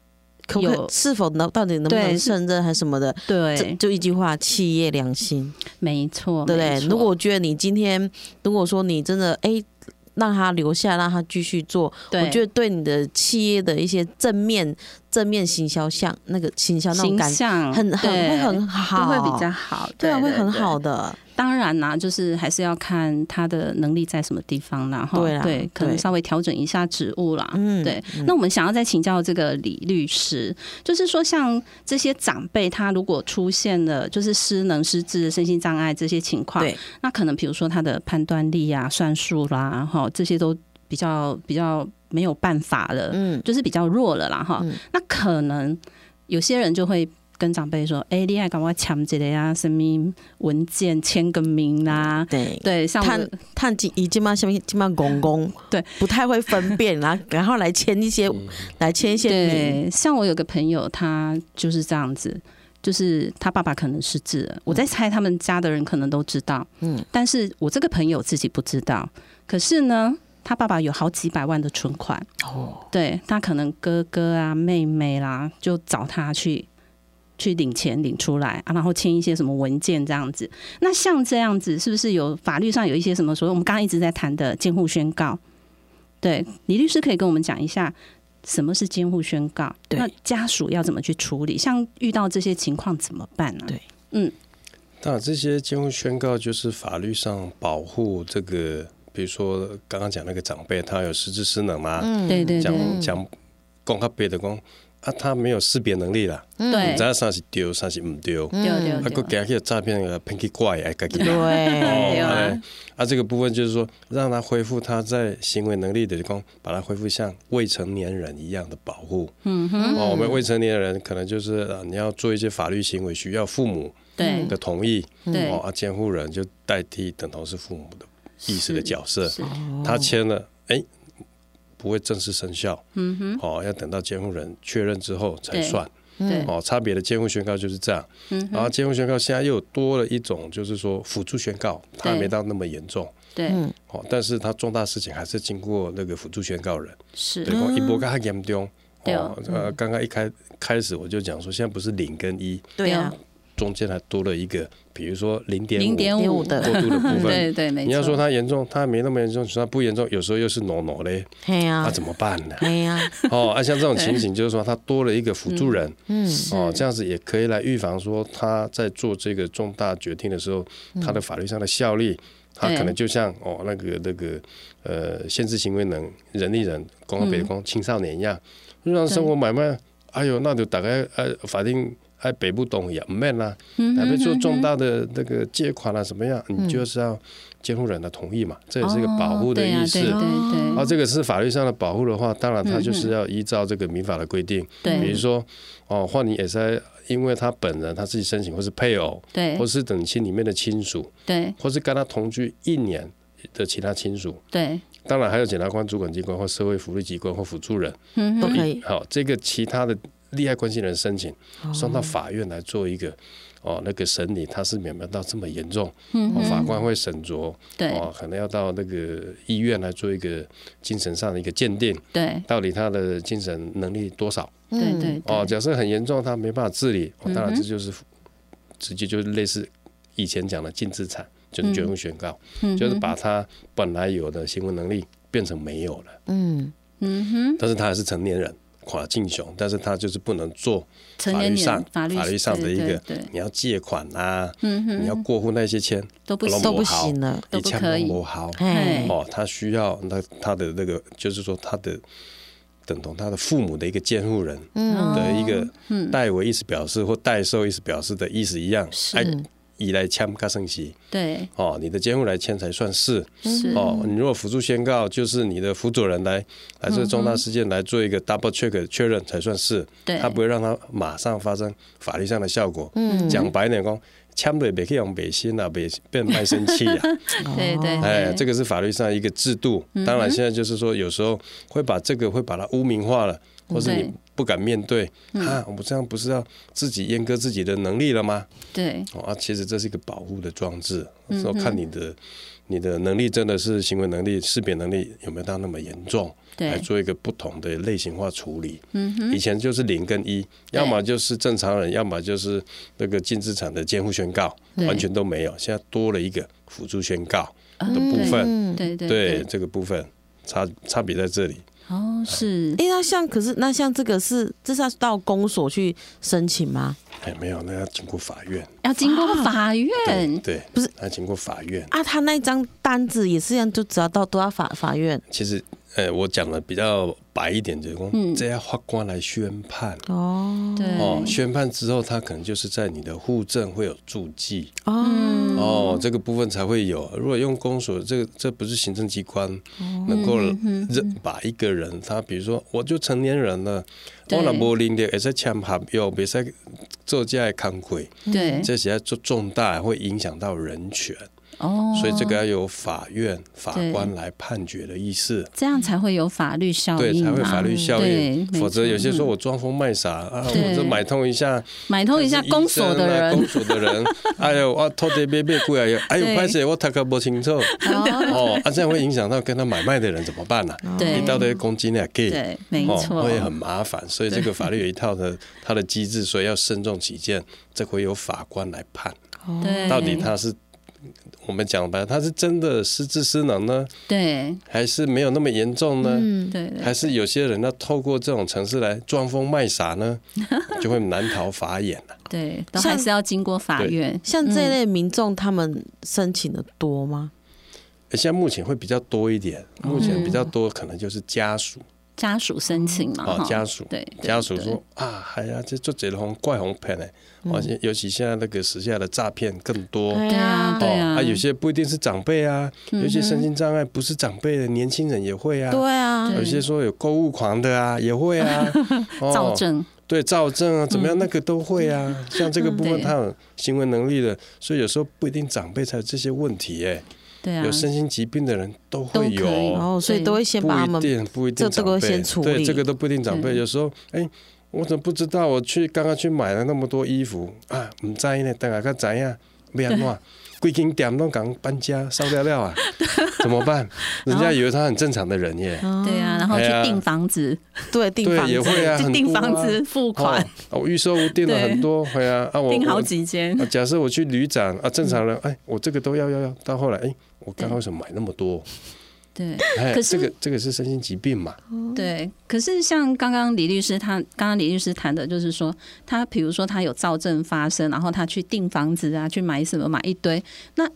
Speaker 6: 可不可以
Speaker 3: 有
Speaker 6: 是否能到底能不
Speaker 3: 对
Speaker 6: 能
Speaker 3: 是
Speaker 6: 胜任还是什么的？这
Speaker 3: 对？
Speaker 6: 就一句话，企业良心，
Speaker 3: 没错，
Speaker 6: 对不
Speaker 3: 没
Speaker 6: 对？
Speaker 3: 错
Speaker 6: 如果我觉得你今天，如果说你真的哎，让他留下，让他继续做，
Speaker 3: 对
Speaker 6: 我觉得对你的企业的一些正面正面行销项，那个行销那种
Speaker 3: 形
Speaker 6: 感觉，
Speaker 3: 象
Speaker 6: 很很
Speaker 3: 对
Speaker 6: 会很好，
Speaker 3: 都会比较好，
Speaker 6: 对啊，会很
Speaker 3: 对
Speaker 6: 好的，
Speaker 3: 当然啦，就是还是要看他的能力在什么地方啦，哈，
Speaker 6: 对啦
Speaker 3: 对，可能
Speaker 6: 对
Speaker 3: 稍微调整一下职务啦，
Speaker 6: 嗯
Speaker 3: 对。那我们想要再请教这个李律师，就是说像这些长辈，他如果出现了就是失能、失智、身心障碍这些情况，
Speaker 6: 对，
Speaker 3: 那可能比如说他的判断力啊、算术啦，哈，这些都比较比较没有办法了，
Speaker 6: 嗯，
Speaker 3: 就是比较弱了啦，哈、
Speaker 6: 嗯
Speaker 3: 那可能有些人就会跟长辈说：“哎、你爱赶快签这个呀，什么文件签个名啦、
Speaker 6: 对。
Speaker 3: 啊对，像
Speaker 6: 他
Speaker 3: 我
Speaker 6: 他已已经嘛，下面经嘛公公
Speaker 3: 对
Speaker 6: 不太会分辨，然后然后来签一些，来签一些名，
Speaker 3: 对，像我有个朋友，他就是这样子，就是他爸爸可能失智了，我在猜他们家的人可能都知道，嗯
Speaker 6: 嗯，
Speaker 3: 但是我这个朋友自己不知道，可是呢。他爸爸有好几百万的存款，哦，对他可能哥哥啊、妹妹啦，就找他去去领钱领出来啊，然后签一些什么文件这样子。那像这样子，是不是有法律上有一些什么所谓我们刚刚一直在谈的监护宣告？对，李律师可以跟我们讲一下什么是监护宣告？
Speaker 6: 对
Speaker 3: 那家属要怎么去处理？像遇到这些情况怎么办啊呢、
Speaker 6: 对
Speaker 5: 那这些监护宣告就是法律上保护这个，比如说刚刚讲那个长辈，他有失智失能嘛，
Speaker 3: 对嗯对对
Speaker 5: 嗯讲讲讲较白的讲啊，他没有识别能力啦，
Speaker 3: 对
Speaker 5: 毋知影啥是对，啥是毋对，啊，
Speaker 3: 对对
Speaker 5: 佮
Speaker 3: 对，
Speaker 5: 惊迄个诈骗个骗去怪哎，家己人
Speaker 6: 对，
Speaker 5: 哦
Speaker 3: 对啊
Speaker 5: 哎啊，这个部分就是说，让他恢复他在行为能力的光，把他恢复像未成年人一样的保护。
Speaker 3: 嗯哼，
Speaker 5: 哦，我们未成年人可能就是、啊、你要做一些法律行为，需要父母
Speaker 3: 对
Speaker 5: 的同意。
Speaker 3: 对
Speaker 5: 哦，啊，监护人就代替等同是父母的意识的角色，
Speaker 3: 是
Speaker 5: 他签了，哎，不会正式生效。
Speaker 3: 嗯哼，
Speaker 5: 哦，要等到监护人确认之后才
Speaker 3: 对
Speaker 5: 算。
Speaker 6: 嗯
Speaker 3: 对
Speaker 5: 哦，差别的监护宣告就是这样。
Speaker 3: 嗯哼
Speaker 5: 然后监护宣告现在又多了一种，就是说辅助宣告，它还
Speaker 3: 对
Speaker 5: 没到那么严重。
Speaker 3: 对
Speaker 5: 哦，但是他重大事情还是经过那个辅助宣告人，
Speaker 3: 是
Speaker 5: 对，哦一波较严重。
Speaker 3: 嗯对
Speaker 5: 哦，呃，刚刚一开开始我就讲说，现在不是零跟一，
Speaker 6: 对啊，
Speaker 5: 中间还多了一个，比如说零点
Speaker 3: 零点五
Speaker 6: 0.5的
Speaker 5: 过度的部
Speaker 3: 对
Speaker 5: 分。
Speaker 3: 对，没错。
Speaker 5: 你要说它严重，它没那么严重；，它不严重，有时候又是 no no 嘞，
Speaker 6: 嘿
Speaker 3: 啊
Speaker 5: 那、
Speaker 6: 呀，
Speaker 5: 怎么办呢？
Speaker 6: 嘿呀，
Speaker 5: 哦，啊，像这种情形，就是说它多了一个辅助人，
Speaker 6: 嗯，
Speaker 5: 哦，这样子也可以来预防说他在做这个重大决定的时候，他的法律上的效力，他
Speaker 3: 嗯对
Speaker 5: 可能就像哦那个那个呃限制行为能人力人，光
Speaker 3: 嗯
Speaker 5: 北光青少年一样，日常生活买卖，哎呦，那就大概呃法定。哎，北部懂也唔免啦，
Speaker 3: 嗯
Speaker 5: 还没做重大的那个借款啊，什么样，你就是要监护人的同意嘛，这也是一个保护的
Speaker 3: 哦对啊
Speaker 5: 意识。
Speaker 3: 对对
Speaker 5: 啊，
Speaker 3: 对
Speaker 5: 这个是法律上的保护的话，当然他就是要依照这个民法的规定，
Speaker 3: 对
Speaker 5: 啊比如说哦，换你也是因为他本人他自己申请，或是配偶，
Speaker 3: 对
Speaker 5: 或是等亲里面的亲属，
Speaker 3: 对
Speaker 5: 或是跟他同居一年的其他亲属，
Speaker 3: 对，
Speaker 5: 当然还有检察官、主管机关或社会福利机关或辅助人，
Speaker 3: 嗯
Speaker 6: 都可以，
Speaker 5: 好、这个其他的利害关系人申请
Speaker 3: 哦
Speaker 5: 送到法院来做一个。哦，那个审理他是没有到这么严重，哦、法官会审酌，
Speaker 3: 嗯对
Speaker 5: 哦，可能要到那个医院来做一个精神上的一个鉴定，
Speaker 3: 对
Speaker 5: 到底他的精神能力多少？
Speaker 3: 对对对嗯
Speaker 5: 哦，假设很严重，他没办法治理，哦、当然这就是、直接就是类似以前讲的净资产，
Speaker 3: 嗯
Speaker 5: 就是绝户宣告，就是把他本来有的行为能力变成没有了。嗯嗯哼，但是他还是成年人。垮敬雄，但是他就是不能做
Speaker 3: 成
Speaker 5: 法
Speaker 3: 年
Speaker 5: 律
Speaker 3: 人
Speaker 5: 上
Speaker 3: 法律
Speaker 5: 上的一
Speaker 3: 对
Speaker 5: 个
Speaker 3: 对对，
Speaker 5: 你要借款啊，你要过户那些钱
Speaker 3: 都不行
Speaker 6: 都不行了，
Speaker 3: 都
Speaker 5: 一
Speaker 3: 不
Speaker 5: 枪
Speaker 3: 可以哎
Speaker 5: 不好，
Speaker 6: 嘿，
Speaker 5: 哦，他需要那他的那个，就是说他的等同他的父母的一个监护人
Speaker 6: 嗯
Speaker 3: 哦
Speaker 5: 的一个
Speaker 3: 嗯
Speaker 5: 代为意思表示或代受意思表示的意思一样，哎，以来签卡圣席
Speaker 3: 对
Speaker 5: 哦，你的监护来签才算是
Speaker 3: 是
Speaker 5: 哦。你如果辅助宣告，就是你的辅佐人来来这重大事件来做一个 double check 确认才算是，
Speaker 3: 对
Speaker 5: 他不会让他马上发生法律上的效果。嗯，讲白点讲，签了别去用美心啊，别变卖身契啊。
Speaker 3: 对对
Speaker 5: 哎，嗯
Speaker 3: 对
Speaker 5: 这个是法律上一个制度。当然，现在就是说，有时候会把这个会把它污名化了，或是
Speaker 3: 对
Speaker 5: 你不敢面对啊，我这样不是要自己阉割自己的能力了吗？
Speaker 3: 对
Speaker 5: 哦啊，其实这是一个保护的装置，是要看你的你的能力真的是行为能力、识别能力有没有到那么严重，来
Speaker 3: 对
Speaker 5: 做一个不同的类型化处理。
Speaker 3: 嗯
Speaker 5: 以前就是零跟一，
Speaker 3: 对
Speaker 5: 要么就是正常人，要么就是那个净资产的监护宣告，
Speaker 3: 对
Speaker 5: 完全都没有。现在多了一个辅助宣告
Speaker 3: 嗯
Speaker 5: 的部分，
Speaker 3: 对对
Speaker 5: 对这个部分差差别在这里。
Speaker 3: 哦是
Speaker 6: 诶，那像可是那像这个是这是要到公所去申请吗？
Speaker 5: 哎，没有，那要经过法院，
Speaker 3: 要经过法
Speaker 5: 对
Speaker 3: 院，
Speaker 5: 对，
Speaker 6: 不是
Speaker 5: 那经过法院。
Speaker 6: 啊，他那张单子也是一样，就只要到都要法法院
Speaker 5: 其实，呃，我讲的比较白一点，就是说，
Speaker 3: 嗯
Speaker 5: 这要法官来宣判。
Speaker 6: 哦
Speaker 3: 对
Speaker 5: 哦，宣判之后，他可能就是在你的户政会有注记
Speaker 6: 哦，
Speaker 3: 嗯
Speaker 5: 哦，这个部分才会有。如果用公所，这个这不是行政机关
Speaker 3: 哦
Speaker 5: 能够
Speaker 3: 嗯
Speaker 5: 认把一个人，他比如说我就成年人了，
Speaker 3: 对
Speaker 5: 我若无能力，会使签合约，袂使做这样的工课，
Speaker 3: 对
Speaker 5: 这实在做重大会影响到人权。
Speaker 3: 哦，
Speaker 5: 所以这个要有法院法
Speaker 3: 对
Speaker 5: 官来判决的意思。
Speaker 3: 这样才会有法律效
Speaker 5: 对，
Speaker 3: 应啊
Speaker 5: 才
Speaker 3: 嘛，
Speaker 5: 会法律效应，
Speaker 3: 对
Speaker 5: 否则有些时
Speaker 3: 没错
Speaker 5: 候
Speaker 3: 嗯
Speaker 5: 我装疯卖傻啊，
Speaker 3: 对
Speaker 5: 我这买通一下，
Speaker 3: 嗯买通一下公所的
Speaker 5: 但是
Speaker 3: 人
Speaker 5: 医，啊生啊公所 的人，哎呦，我偷得别别贵啊，哎
Speaker 3: 对
Speaker 5: 呦，拍谁我他可不清楚哦，啊，这样会影响到跟他买卖的人怎么办啊呢？
Speaker 3: 对
Speaker 5: 一大堆公斤两 gay，
Speaker 3: 哦对，没错，
Speaker 5: 哦，会很麻烦，所以这个法律有一套的它的机制，所以要慎重起见，这会由法官来判，
Speaker 3: 对，
Speaker 5: 到底他是我们讲白了，他是真的失智失能呢，
Speaker 3: 对
Speaker 5: 还是没有那么严重呢？
Speaker 6: 嗯
Speaker 3: 对对
Speaker 5: 还是有些人要透过这种城市来装疯卖傻 呢，就会难逃法眼了、
Speaker 3: 对，都还是要经过法院，
Speaker 6: 像这类民众，他们申请的多吗？
Speaker 5: 诶呃现在目前会比较多一点，
Speaker 3: 嗯
Speaker 5: 目前比较多可能就是家属
Speaker 3: 家属申请嘛，
Speaker 5: 啊、
Speaker 3: 哈
Speaker 5: 家属
Speaker 3: 对对
Speaker 5: 家属
Speaker 3: 嗯对嗯
Speaker 5: 说啊，哎呀，这做这红怪红骗呢，而且尤其现在那个时下的诈骗更多。
Speaker 4: 哎
Speaker 3: 对啊
Speaker 5: 哦
Speaker 3: 对啊，嗯
Speaker 5: 有些不一定是长辈啊，有些身心障碍不是长辈的年轻人也会啊，
Speaker 4: 对啊，
Speaker 5: 有些说有购物狂的啊，也 会啊，哦
Speaker 3: 嗯造证，
Speaker 5: 对躁症啊，怎么样，那个都会啊。像这个部
Speaker 3: 嗯
Speaker 5: 分，
Speaker 3: 对
Speaker 5: 他有行为能力的，所以有时候不一定长辈才有这些问题，哎，
Speaker 3: 对啊
Speaker 5: 有，身心疾病的人都
Speaker 3: 都
Speaker 5: 会
Speaker 3: 可以
Speaker 6: 然
Speaker 5: 有，
Speaker 6: 后哦所以
Speaker 3: 对
Speaker 6: 都会先把他
Speaker 5: 不一
Speaker 6: 们
Speaker 5: 定不一定
Speaker 6: 这这
Speaker 5: 长
Speaker 6: 个
Speaker 5: 辈
Speaker 6: 先处理嗯
Speaker 5: 对这个都不一定长辈。
Speaker 3: 对
Speaker 5: 有时候，哎，我怎么不知道？我去刚刚去买了那么多衣服啊，唔知呢，等下个知呀，要安怎？贵间店都讲搬家烧掉掉啊，怎么办？人家以为他很正常的人耶，
Speaker 3: 对啊，然后去订房子，
Speaker 6: 嗯对订
Speaker 5: 对
Speaker 6: 房，
Speaker 5: 哎也会啊，
Speaker 3: 去
Speaker 5: 很
Speaker 3: 订
Speaker 5: 多啊
Speaker 3: 房子付款，
Speaker 5: 哦，我预售屋订了很多，哎呀，啊我
Speaker 3: 订好
Speaker 5: 我
Speaker 3: 几间
Speaker 5: 啊，假设我去旅展啊，正常人，
Speaker 6: 嗯
Speaker 5: 哎，我这个都要要要，到后来，哎，我刚刚为什么买那么多？
Speaker 3: 对。
Speaker 5: 哎，
Speaker 3: 可是
Speaker 5: 这个这个是身心疾病嘛？
Speaker 3: 对，可是像刚刚李律师他，刚刚李律师谈的就是说，他比如说他有躁症发生，然后他去订房子啊，去买什么买一堆，那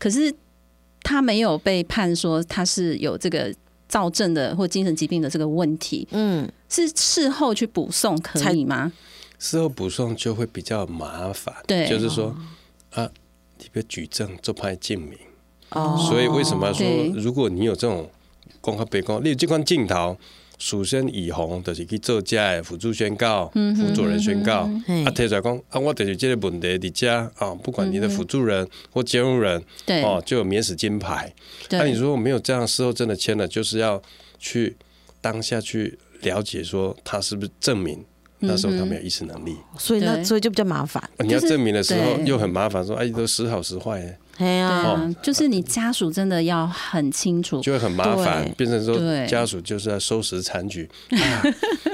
Speaker 3: 可是他没有被判说他是有这个躁症的或精神疾病的这个问题，
Speaker 4: 嗯，
Speaker 3: 是事后去补送可
Speaker 6: 才
Speaker 3: 以吗？
Speaker 5: 事后补送就会比较麻烦，
Speaker 3: 对哦
Speaker 5: 就是说啊，你别举证做派证明，
Speaker 6: 哦，
Speaker 5: 嗯所以为什么说
Speaker 3: 对
Speaker 5: 如果你有这种光和被光，例如这款镜头。属身以红，就是去做假的辅助宣告、辅助人宣告。
Speaker 6: 嗯
Speaker 5: 啊，提出来讲啊，我就是这个问题伫遮啊，不管你的辅助人或监护人
Speaker 3: 对、
Speaker 5: 哦，就有免死金牌。
Speaker 3: 对，
Speaker 5: 那你如果没有这样，事后真的签了，就是要去当下去了解，说他是不是证明那时候他没有意识能力。
Speaker 6: 所以那
Speaker 3: 对
Speaker 6: 所以就比较麻烦。
Speaker 5: 你要
Speaker 3: 就是
Speaker 5: 证明的时候
Speaker 3: 对
Speaker 5: 又很麻烦，说哎，都时好时坏耶，
Speaker 6: 哎呀、
Speaker 3: 对啊、
Speaker 5: 哦
Speaker 3: 就是你家属真的要很清楚，
Speaker 5: 就会很麻烦
Speaker 6: 对，
Speaker 5: 变成说
Speaker 3: 对
Speaker 5: 家属就是要收拾残 局。啊，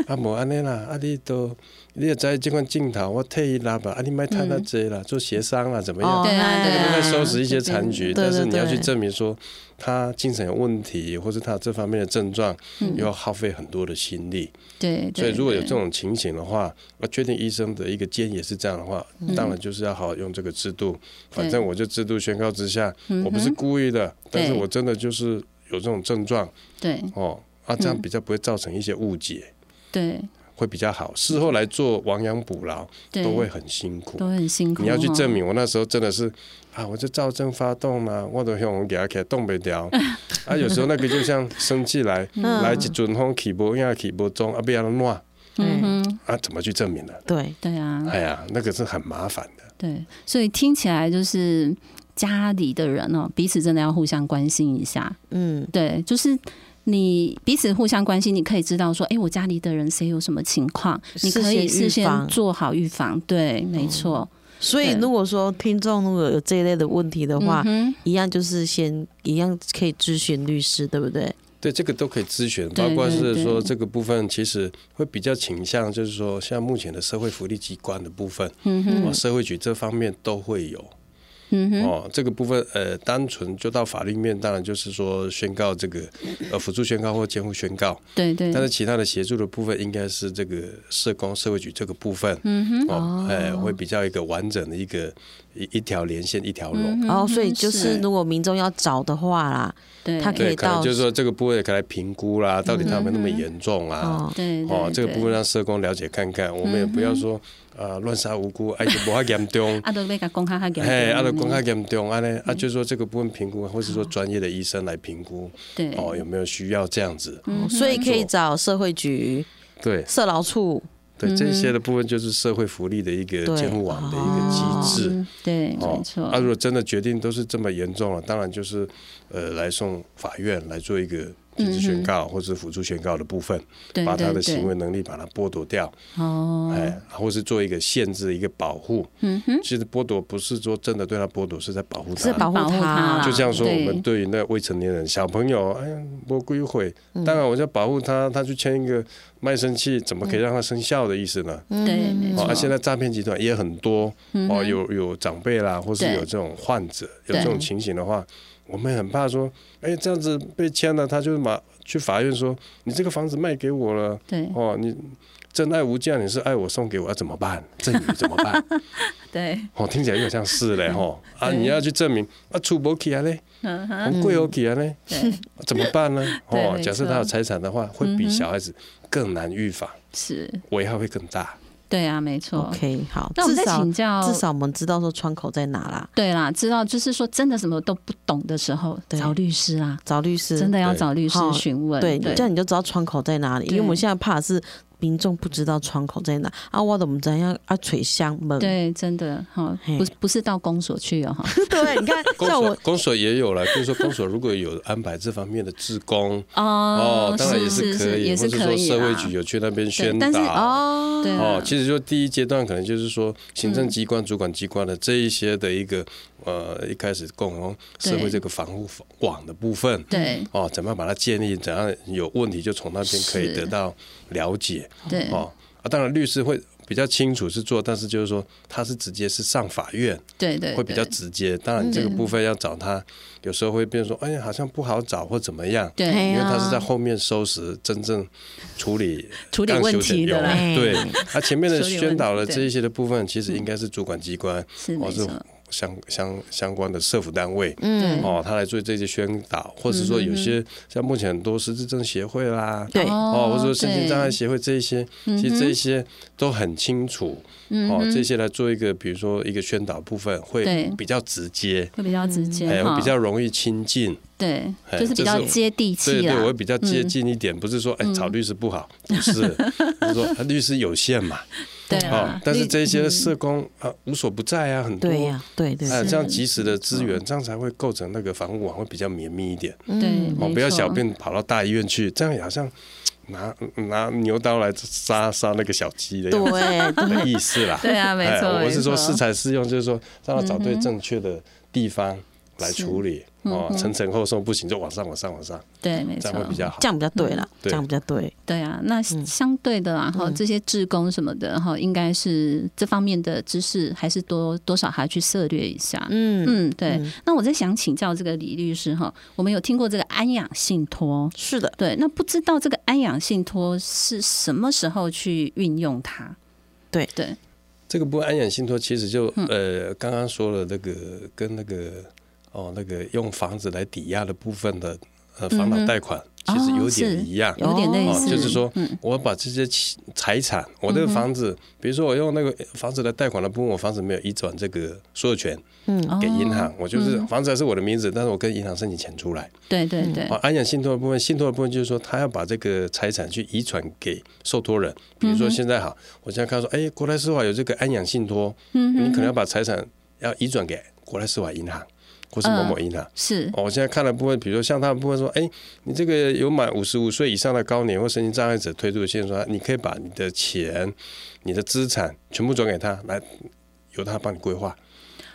Speaker 5: 啊无安尼啦，啊你都你也知这款镜头，我替伊拉吧，啊你卖太那济啦，做协商啦，怎么样
Speaker 6: 嗯哦？
Speaker 3: 对啊，
Speaker 6: 哎
Speaker 3: 对
Speaker 5: 都
Speaker 3: 啊，
Speaker 5: 在收拾一些残局，但是
Speaker 6: 对对
Speaker 5: 你要去
Speaker 6: 对
Speaker 5: 证明说他精神有问题，或是他有这方面的症状，
Speaker 6: 嗯
Speaker 5: 又要耗费很多的心力。
Speaker 3: 对，对
Speaker 5: 所以如果有
Speaker 3: 对
Speaker 5: 这种情形的话，我确定医生的一个建议也是这样的话，当然就是要好好用这个制度。
Speaker 3: 嗯
Speaker 5: 反正我就制度宣告之下，我不是故意
Speaker 3: 嗯
Speaker 5: 的，但是我真的就是有这种症状
Speaker 3: 对
Speaker 5: 哦，啊，这样比较不会造成一些误解，
Speaker 3: 对
Speaker 5: 会比较好。事后来做亡羊补牢
Speaker 3: 对
Speaker 5: 都会很辛苦，
Speaker 3: 都很辛苦，
Speaker 5: 你要去
Speaker 3: 哦
Speaker 5: 证明，我那时候真的是啊，我就躁症发动啦、我都用牙给它动 不掉。啊，有时候那个就像生气来，来一阵风起波，因为起波中啊，不要乱
Speaker 3: 嗯哼，
Speaker 5: 啊，怎么去证明呢？
Speaker 6: 对，
Speaker 3: 对啊，
Speaker 5: 哎呀，那个是很麻烦的。
Speaker 3: 对，所以听起来就是家里的人哦，彼此真的要互相关心一下。
Speaker 6: 嗯，
Speaker 3: 对，就是你彼此互相关心，你可以知道说，哎，我家里的人谁有什么情况，你可以事
Speaker 6: 事先预
Speaker 3: 先
Speaker 6: 防哦
Speaker 3: 做好预防。对，没错。
Speaker 6: 所以
Speaker 3: 对
Speaker 6: 如果说听众如果有这一类的问题的话，
Speaker 3: 嗯哼，
Speaker 6: 一样就是先一样可以咨询律师，对不对？
Speaker 5: 对，这个都可以咨询，
Speaker 3: 对
Speaker 5: 包括
Speaker 3: 对
Speaker 5: 是
Speaker 3: 对
Speaker 5: 说这个部分其实会比较倾向，就是说像目前的社会福利机关的部分，
Speaker 3: 嗯哼，
Speaker 5: 哦，社会局这方面都会有。
Speaker 3: 嗯哼，
Speaker 5: 哦，这个部分呃，单纯就到法律面，当然就是说宣告这个呃辅助宣告或监护宣告，
Speaker 3: 对对
Speaker 5: 但是其他的协助的部分应该是这个社工社会局这个部分，嗯哼，哦，哎、会比较一个完整的一个一一条连线一条龙。
Speaker 3: 嗯
Speaker 6: 然后、所以就是
Speaker 3: 是
Speaker 6: 如果民众要找的话啦，
Speaker 3: 对，
Speaker 6: 他可以
Speaker 5: 对，可能
Speaker 6: 到
Speaker 5: 就是说这个部分也可以来评估啦，到底他们那么严重
Speaker 3: 嗯
Speaker 5: 啊？
Speaker 6: 哦，
Speaker 3: 对嗯
Speaker 5: 哦，这个部分
Speaker 3: 啊，，
Speaker 5: 让社工了解看看，我们也不要说啊乱杀无辜，哎，就不怕严重
Speaker 3: 阿德贝卡公开他给，
Speaker 5: 嘿，啊，就讲较严重安尼，
Speaker 3: 嗯
Speaker 5: 啊，就是说这个部分评估，或是说专业的医生来评估，哦
Speaker 3: 对嗯
Speaker 5: 哦，有没有需要这样子？
Speaker 6: 所以可以找社会局、
Speaker 5: 对
Speaker 6: 社劳处，
Speaker 5: 对这些的部分就是社会福利的一个
Speaker 6: 对
Speaker 5: 监护网的一个机制。
Speaker 3: 嗯，对，
Speaker 5: 哦
Speaker 3: 没错
Speaker 5: 那、，如果真的决定都是这么严重了，当然就是呃来送法院来做一个停止宣告、或是辅助宣告的部分，
Speaker 3: 嗯对
Speaker 5: 把他
Speaker 3: 对
Speaker 5: 的行为
Speaker 3: 对，
Speaker 5: 能力把它剥夺掉，
Speaker 3: 哦，
Speaker 5: 哎，或是做一个限制一个保护。
Speaker 3: 嗯哼，
Speaker 5: 其实剥夺不是说真的对他剥夺，是在保护他。
Speaker 6: 是保护
Speaker 3: 保护他啦
Speaker 5: 就像说，我
Speaker 3: 对
Speaker 5: 们对于那个未成年人、小朋友，哎呀，魔鬼会，
Speaker 3: 嗯
Speaker 5: 当然我就保护他，他去签一个卖身契，怎么可以让他生效的意思呢？
Speaker 3: 对，嗯没
Speaker 5: 哦，
Speaker 3: 错
Speaker 5: 啊，，现在诈骗集团也很多，哦，有有长辈啦，或是
Speaker 3: 对
Speaker 5: 有这种患者，有
Speaker 3: 对
Speaker 5: 这种情形的话，我们很怕说，哎，这样子被签了，他就马去法院说，你这个房子卖给我了，
Speaker 3: 对
Speaker 5: 哦，你真爱无价，你是爱我送给我，啊、怎么办？赠与怎么办？
Speaker 3: 对，
Speaker 5: 哦，听起来有点像是嘞，吼、啊，
Speaker 3: 对
Speaker 5: 你要去证明啊，出不起来嘞，
Speaker 3: 嗯哼，
Speaker 5: 很贵哦起来嘞，
Speaker 3: 对，
Speaker 5: 怎么办呢？
Speaker 3: 对
Speaker 5: 哦，
Speaker 3: 没
Speaker 5: 假
Speaker 3: 错
Speaker 5: 设
Speaker 3: 嗯
Speaker 5: 他有财产的话，会比小孩子更难预防，
Speaker 3: 是，
Speaker 5: 危害会更大。
Speaker 3: 对啊，没错。
Speaker 6: OK，好，
Speaker 3: 那我们
Speaker 6: 至
Speaker 3: 再
Speaker 6: 少
Speaker 3: 请教，
Speaker 6: 至少我们知道说窗口在哪啦，
Speaker 3: 对啦，知道就是说真的什么都不懂的时候，
Speaker 6: 对
Speaker 3: 找律师啊，
Speaker 6: 找律师
Speaker 3: 真的要
Speaker 5: 对
Speaker 3: 找律师
Speaker 6: 好
Speaker 3: 询问。
Speaker 6: 对，
Speaker 3: 对
Speaker 6: 这样你就知道窗口在哪里。因为我们
Speaker 3: 对
Speaker 6: 现在怕的是民众不知道窗口在哪啊，我怎么怎样啊，捶箱门。
Speaker 3: 对，真的哈，
Speaker 6: 嘿
Speaker 3: 不是不是到公所去哦哈，
Speaker 6: 对，你看，
Speaker 5: 公
Speaker 6: 像
Speaker 5: 所
Speaker 6: 我
Speaker 5: 公所也有了，就是说公所如果有安排这方面的志工，
Speaker 3: 哦
Speaker 5: 哦，当然也
Speaker 3: 是
Speaker 5: 可以，
Speaker 3: 也是
Speaker 5: 或者
Speaker 3: 可
Speaker 5: 说
Speaker 3: 以
Speaker 5: 社会
Speaker 3: 啦
Speaker 5: 局有去那边
Speaker 3: 对
Speaker 5: 宣
Speaker 3: 但是
Speaker 5: 导。
Speaker 6: 哦，
Speaker 3: 对啊
Speaker 5: 哦，其实就第一阶段可能就是说，行政机关、主管机关的这一些的一个呃，一开始共同社会
Speaker 3: 对
Speaker 5: 这个防护网的部分，
Speaker 3: 对
Speaker 5: 哦，怎么样把它建立？怎样有问题就从那边可以
Speaker 3: 是
Speaker 5: 得到了解
Speaker 3: 对
Speaker 5: 哦。啊，当然律师会比较清楚是做，但是就是说他是直接是上法院，
Speaker 3: 对对，
Speaker 5: 会比较
Speaker 3: 对
Speaker 5: 直接。当然这个部分要找他，有时候会变成说，哎呀，好像不好找或怎么样。
Speaker 3: 对
Speaker 5: 因
Speaker 6: 嘿
Speaker 5: 为
Speaker 6: 啊
Speaker 5: 他是在后面收拾真正处理
Speaker 3: 处理
Speaker 5: 刚
Speaker 3: 问
Speaker 5: 修啊剪
Speaker 3: 题的
Speaker 5: 用
Speaker 3: 啦哎
Speaker 5: 对，他前面的
Speaker 3: 处理问
Speaker 5: 宣导的
Speaker 3: 题对嗯
Speaker 5: 这一些的部分，其实应该是主管机关
Speaker 3: 是
Speaker 5: 或
Speaker 3: 没
Speaker 5: 是
Speaker 3: 错，
Speaker 5: 相相相关的社服单位，
Speaker 3: 对
Speaker 6: 嗯
Speaker 5: 哦，他来做这些宣导，或者说
Speaker 3: 嗯
Speaker 5: 有些像目前很多失智症协会啦，
Speaker 6: 对
Speaker 5: 哦，或者说身心
Speaker 3: 对嗯
Speaker 5: 障碍协会这一些，其实这一些都很清楚，哦，这些来做一个，比如说一个宣导部分
Speaker 3: 对
Speaker 5: 会比较直接，
Speaker 3: 会比较直接
Speaker 5: 哎，
Speaker 3: 哈，
Speaker 5: 会比较容易亲近，
Speaker 3: 对，
Speaker 5: 哎
Speaker 3: 就是比
Speaker 5: 这
Speaker 3: 较
Speaker 5: 是
Speaker 3: 接地
Speaker 5: 对
Speaker 3: 气
Speaker 5: 对，我会
Speaker 3: 啦。嗯
Speaker 5: 比较接近一点，不是说哎，找律师不好，不 是，就是说啊律师有限嘛，
Speaker 3: 对
Speaker 5: 哦
Speaker 3: 啦，，
Speaker 5: 但是
Speaker 3: 律
Speaker 5: 这一些社
Speaker 3: 嗯
Speaker 5: 工啊无所不在啊，很多
Speaker 6: 对呀，对对，
Speaker 5: 哎，
Speaker 3: 是嗯
Speaker 5: 这样及时的资源，这样才会构成那个防护网会比较绵密一点。
Speaker 3: 对，
Speaker 5: 哦，
Speaker 3: 嗯没
Speaker 5: 不要小
Speaker 3: 错
Speaker 5: 便跑到大医院去，这样也好像拿拿牛刀来杀杀那个小鸡的样子
Speaker 6: 对对
Speaker 5: 的意思啦。
Speaker 3: 对啊，没
Speaker 5: 哎
Speaker 3: 错，
Speaker 5: 我是说
Speaker 3: 没错
Speaker 5: 适才适用，就是说让他找对正确的地方来处理。哦，层层后送不行就往上往上往上，
Speaker 3: 对，嗯没
Speaker 5: 这
Speaker 3: 错
Speaker 5: 样，会比较嗯好
Speaker 6: 这。样比较对啦，这
Speaker 5: 对
Speaker 6: 样比较对。
Speaker 3: 嗯对啊，那相对的啦，然后
Speaker 5: 嗯
Speaker 3: 这些志工什么的，哈，应该是这方面的知识还是多多少还要去涉略一下。
Speaker 6: 嗯，
Speaker 3: 嗯，对。那我在想请教这个李律师哈，我们有听过这个安养信托，
Speaker 6: 是的，
Speaker 3: 对，那不知道这个安养信托是什么时候去运用它？
Speaker 6: 对
Speaker 3: 对，
Speaker 5: 这个不安养信托其实就
Speaker 3: 嗯
Speaker 5: 呃刚刚说了那个跟那个哦那个用房子来抵押的部分的呃房
Speaker 3: 嗯
Speaker 5: 贷
Speaker 3: 哼
Speaker 5: 贷款其实
Speaker 3: 哦
Speaker 5: 有
Speaker 3: 是
Speaker 5: 点一样。
Speaker 3: 有点类
Speaker 5: 哦
Speaker 3: 似，，
Speaker 5: 就是说
Speaker 3: 嗯，
Speaker 5: 我把这些其财产，我的房子，比如说我用那个房子来贷款的部分，我房子没有移转这个所有权给银行
Speaker 3: 哦，
Speaker 5: 我就是房子还是我的名字，但是我跟银行申请钱出来。
Speaker 3: 对对对
Speaker 5: 啊，，安养信托的部分，信托的部分就是说，他要把这个财产去移转给受托人。比如说现在好，我现在看说，哎，国泰世华有这个安养信托，你可能要把财产要移转给国泰世华银行或是某某银行。
Speaker 3: 是，
Speaker 5: 哦，我现在看了部分，比如说像他们部分说，哎，你这个有满五十五岁以上的高年或身心障碍者推出现说，你可以把你的钱、你的资产全部转给他，来由他帮你规划。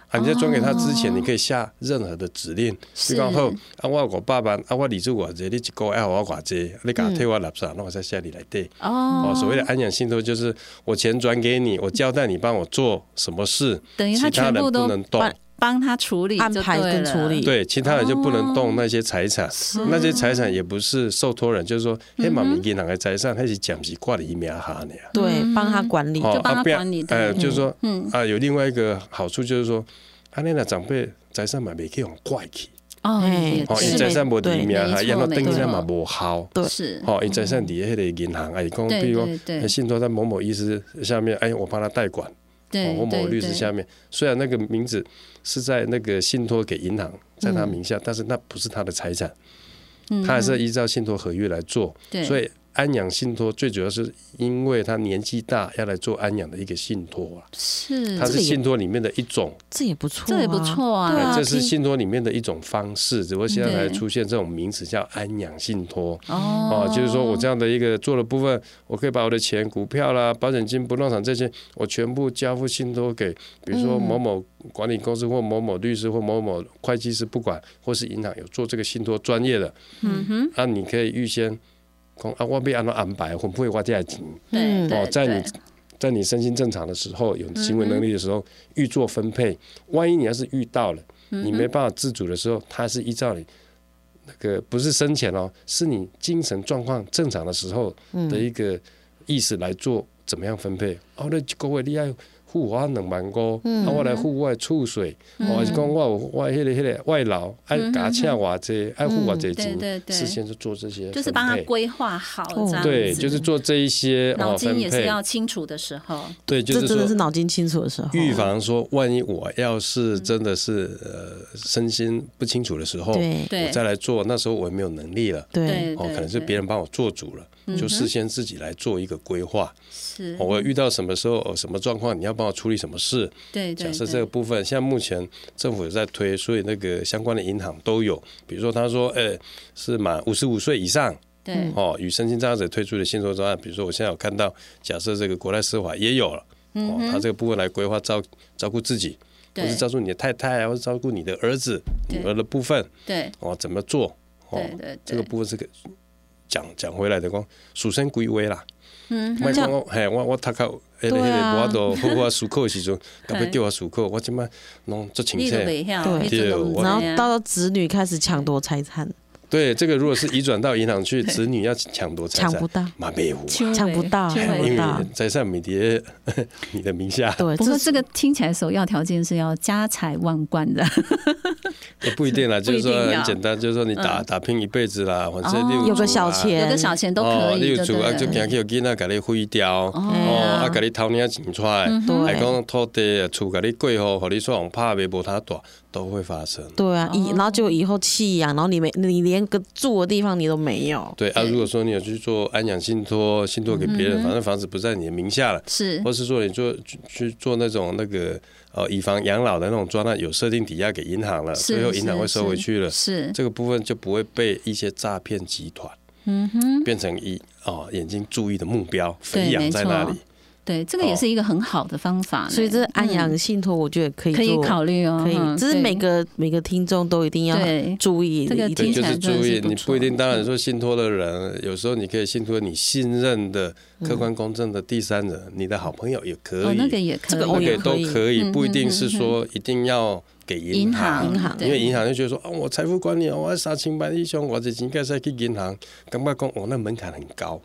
Speaker 5: 啊，你在转给他之前，你可以下任何的指令，
Speaker 3: 是
Speaker 5: 比方后啊，我有五百万，啊，我利息偌济，你一个月要我偌济，你给我退我六十，那我再下你来对。
Speaker 3: 嗯哦
Speaker 5: 哦，所谓的安养信托就是我钱转给你，我交代你帮我做什么事，
Speaker 3: 等于
Speaker 5: 其
Speaker 3: 他
Speaker 5: 他
Speaker 3: 全
Speaker 5: 人
Speaker 3: 部都
Speaker 5: 不能动
Speaker 3: 帮。帮他处理就
Speaker 6: 安排
Speaker 3: 对
Speaker 6: 跟
Speaker 3: 了
Speaker 6: 处理，
Speaker 5: 对，其他人就不能动那些财产，
Speaker 3: 哦
Speaker 5: 那些财产也不是受托人，就是
Speaker 3: 嗯
Speaker 5: 说，黑马民银行的财产，他是讲是挂了一名啊哈呢。
Speaker 3: 嗯
Speaker 6: 对，帮他管理，
Speaker 3: 就帮他
Speaker 5: 不要
Speaker 3: 管理，对
Speaker 5: 呃，就是说，
Speaker 3: 嗯
Speaker 5: 啊，有另外一个好处就是说，啊，那长辈财产嘛，没去用怪去，
Speaker 3: 哦，
Speaker 6: 哎
Speaker 3: 也
Speaker 5: 哦，
Speaker 6: 是
Speaker 5: 伊
Speaker 3: 对
Speaker 5: 财产无伫名
Speaker 3: 没
Speaker 5: 下，
Speaker 3: 错
Speaker 5: 让他登
Speaker 3: 没
Speaker 5: 记
Speaker 3: 错
Speaker 5: 嘛无效。
Speaker 6: 对
Speaker 3: 是，
Speaker 5: 哦，伊财产伫迄个银行，啊，伊讲，
Speaker 3: 对
Speaker 5: 比如
Speaker 3: 对对
Speaker 5: 讲，信托在某某医师下面，哎，我帮他代管，
Speaker 3: 对，
Speaker 5: 哦，某某
Speaker 3: 对
Speaker 5: 律师
Speaker 3: 对
Speaker 5: 下面，虽然那个名字是在那个信托给银行，在
Speaker 3: 嗯
Speaker 5: 他名下，但是那不是他的财产，他还是依照信托合约来做。
Speaker 3: 对
Speaker 5: 所以安养信托，最主要是因为他年纪大要来做安养的一个信托啊，
Speaker 3: 是
Speaker 5: 它
Speaker 6: 这
Speaker 5: 是
Speaker 6: 个也
Speaker 5: 信托里面的一种，哎
Speaker 6: 这也不错、
Speaker 3: 这也不。错
Speaker 6: 对
Speaker 3: 啊，
Speaker 6: 啊
Speaker 5: 这是
Speaker 6: 听
Speaker 5: 信托里面的一种方式，只不过现在才
Speaker 3: 对
Speaker 5: 出现这种名词叫安养信托。
Speaker 6: 啊
Speaker 3: 哦
Speaker 5: 哦，就是说我这样的一个做的部分，我可以把我的钱、股票啦、保险金、不动产这些，我全部交付信托给，比如说某某管理公司或某某律师或某某会计师，不管，或是银行有做这个信托专业的，
Speaker 3: 嗯哼，
Speaker 5: 啊，你可以预先讲啊，我被安怎安排，会不会花这些钱？
Speaker 3: 对
Speaker 6: 嗯
Speaker 5: 哦
Speaker 3: 对，
Speaker 5: 在
Speaker 3: 对
Speaker 5: 你在你身心正常的时候，有行为能力的时候，预做分配。万一你要是遇到了，
Speaker 3: 嗯
Speaker 5: 你没办法自主的时候，它是依照你那个不是生前哦，是你精神状况正常的时候
Speaker 6: 嗯
Speaker 5: 的一个意识来做怎么样分配。哦，那各位你爱付我两万五，
Speaker 3: 嗯
Speaker 5: 啊，我来付我的厝水，哦，还是讲我有我迄个迄个外劳
Speaker 3: 嗯
Speaker 5: 爱加请偌济，爱付偌济
Speaker 3: 对
Speaker 5: 钱，
Speaker 3: 对对
Speaker 5: 事，先就做这些，
Speaker 3: 就是帮他。规划好
Speaker 6: 哦
Speaker 3: 这样子，
Speaker 5: 对，就是做这一些
Speaker 3: 脑
Speaker 5: 哦
Speaker 3: 筋
Speaker 5: 分
Speaker 3: 也是
Speaker 5: 配，
Speaker 3: 要清楚的时候，
Speaker 5: 对，就
Speaker 6: 这
Speaker 5: 是
Speaker 6: 真的
Speaker 5: 说
Speaker 6: 是脑筋清楚的时候，
Speaker 5: 预防说，万一我要是真的是呃身心不清楚的时候，我
Speaker 6: 对
Speaker 3: 对
Speaker 5: 再来做，那时候我也没有能力了，
Speaker 6: 对
Speaker 3: 对，
Speaker 5: 哦，
Speaker 3: 对
Speaker 5: 可能是
Speaker 3: 对嗯
Speaker 5: 别人帮我做主了，就事先自己来做一个规划。
Speaker 3: 是
Speaker 5: 哦，我遇到什么时候、哦什么状况，你要帮我处理什么事？
Speaker 3: 对对
Speaker 5: 假设
Speaker 3: 对
Speaker 5: 这个部分，像目前政府有在推，所以那个相关的银行都有，比如说他说，呃，是满五十五岁以上，
Speaker 3: 对
Speaker 5: 哦，与身心障碍者推出的信托专案，比如说我现在有看到，假设这个国泰世华也有了，哦，他这个部分来规划照照顾自己，或
Speaker 3: 嗯对
Speaker 5: 是照顾你的太太啊，或是照顾你的儿子、
Speaker 3: 对
Speaker 5: 女儿的部分，
Speaker 3: 对
Speaker 5: 哦，怎么做？哦
Speaker 3: 对，对
Speaker 5: 这
Speaker 3: 对
Speaker 5: 个部分是个讲讲回来的讲，属身归位啦。嗯，莫讲我嘿，我我读较迄个迄
Speaker 6: 对
Speaker 5: 个
Speaker 6: 啊
Speaker 5: 无度好好思考的时 阵，特别叫我思考，我即摆拢做清
Speaker 3: 你
Speaker 5: 楚
Speaker 3: 都。袂晓，
Speaker 6: 对
Speaker 3: 你真的
Speaker 5: 对
Speaker 3: 不
Speaker 5: 我
Speaker 6: 然后
Speaker 3: 知
Speaker 6: 到
Speaker 3: 道
Speaker 6: 了子女开始抢夺财产，
Speaker 5: 对，这个如果是移转到银行 去，子女要抢夺财
Speaker 6: 抢不
Speaker 5: 产，
Speaker 6: 到，
Speaker 5: 嘛没有啊。
Speaker 3: 抢
Speaker 6: 抢不到
Speaker 3: 抢
Speaker 5: 哎
Speaker 3: 不
Speaker 5: 因
Speaker 3: 到。
Speaker 5: 为财产没跌你的名下，
Speaker 6: 对，
Speaker 3: 不过
Speaker 6: 这
Speaker 3: 这个听起来首要条件是要家财万贯的，
Speaker 5: 也不一定啦，
Speaker 3: 不
Speaker 5: 就
Speaker 3: 一
Speaker 5: 是
Speaker 3: 定
Speaker 5: 说
Speaker 3: 要嗯哦
Speaker 5: 很简单，就是说你打打拼一辈子啦，反正六
Speaker 6: 有个小
Speaker 5: 钱
Speaker 6: 钱，
Speaker 3: 有个小钱都
Speaker 5: 哦，
Speaker 3: 可以，
Speaker 5: 六
Speaker 3: 就
Speaker 5: 组
Speaker 3: 对
Speaker 5: 啊，
Speaker 3: 了
Speaker 5: 就惊去有囡仔给你毁掉，哦，
Speaker 6: 啊
Speaker 5: 啊，给你偷领钱出来，
Speaker 3: 嗯
Speaker 6: 对
Speaker 5: 还讲土地啊厝给你过户，互你说红拍卖无他大，都会发生。
Speaker 6: 对
Speaker 3: 哦
Speaker 6: 啊，以然后就以后弃养，然后你没你连个住的地方你都没有，
Speaker 5: 对啊，如果说你有去做安养信托，信托给别人，反正房子不在你的名下了，
Speaker 3: 嗯是
Speaker 5: 或是说你做去去做那种那个呃以房养老的那种专案，有设定抵押给银行了，
Speaker 3: 是
Speaker 5: 最后银行会收回去了，
Speaker 3: 是
Speaker 5: 这个部分就不会被一些诈骗集团，嗯哼，变成一哦眼睛注意的目标，
Speaker 3: 对
Speaker 5: 肥羊在那
Speaker 3: 没
Speaker 5: 里
Speaker 3: 错。对，这个也是一个很好的方法呢，
Speaker 6: 所以这安养信托我觉得可以
Speaker 3: 啊嗯可以
Speaker 6: 做
Speaker 3: 考虑哦，
Speaker 6: 可以，
Speaker 3: 嗯
Speaker 6: 这是
Speaker 3: 对
Speaker 6: 每个每个听众都一定要
Speaker 3: 对
Speaker 6: 注意的
Speaker 3: 这个
Speaker 6: 一
Speaker 5: 对，
Speaker 6: 点
Speaker 3: 听起
Speaker 5: 就
Speaker 3: 来
Speaker 5: 是
Speaker 3: 真的
Speaker 5: 注
Speaker 3: 是
Speaker 5: 意，
Speaker 3: 不
Speaker 5: 你
Speaker 3: 错嗯
Speaker 5: 不一定。当然说信托的人，有时候你可以信托你信任的、客观公正的第三人，你的好朋友也可
Speaker 3: 哦，
Speaker 5: 以，
Speaker 3: 那个也可
Speaker 6: 这个
Speaker 5: 那
Speaker 6: 我
Speaker 5: 个
Speaker 3: 以嗯
Speaker 6: 也，
Speaker 5: 都可以，不一定是说一定要给银行，
Speaker 3: 银
Speaker 6: 行
Speaker 5: 因为
Speaker 3: 对
Speaker 5: 银行就觉得说，哦，我财富管理，我要杀清白英雄，我这钱该使去银行，感觉讲，哦，那门槛很高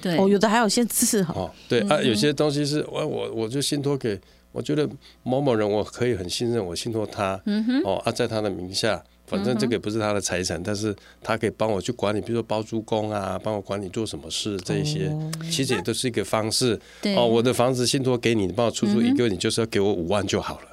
Speaker 3: 对，
Speaker 6: 哦，有的还有限制哦，
Speaker 5: 哦，对啊，
Speaker 3: 嗯
Speaker 5: 有些东西是我我我就信托给，我觉得某某人我可以很信任，我信托他，
Speaker 3: 嗯
Speaker 5: 哦啊，在他的名下。反正这个也不是他的财产，但是他可以帮我去管理，比如说包租公啊，帮我管理做什么事这一些，其实也都是一个方式。
Speaker 3: 哦对嗯
Speaker 5: 哦，我的房子信托给你，你帮我出租一个月，你就是要给我五万就好了。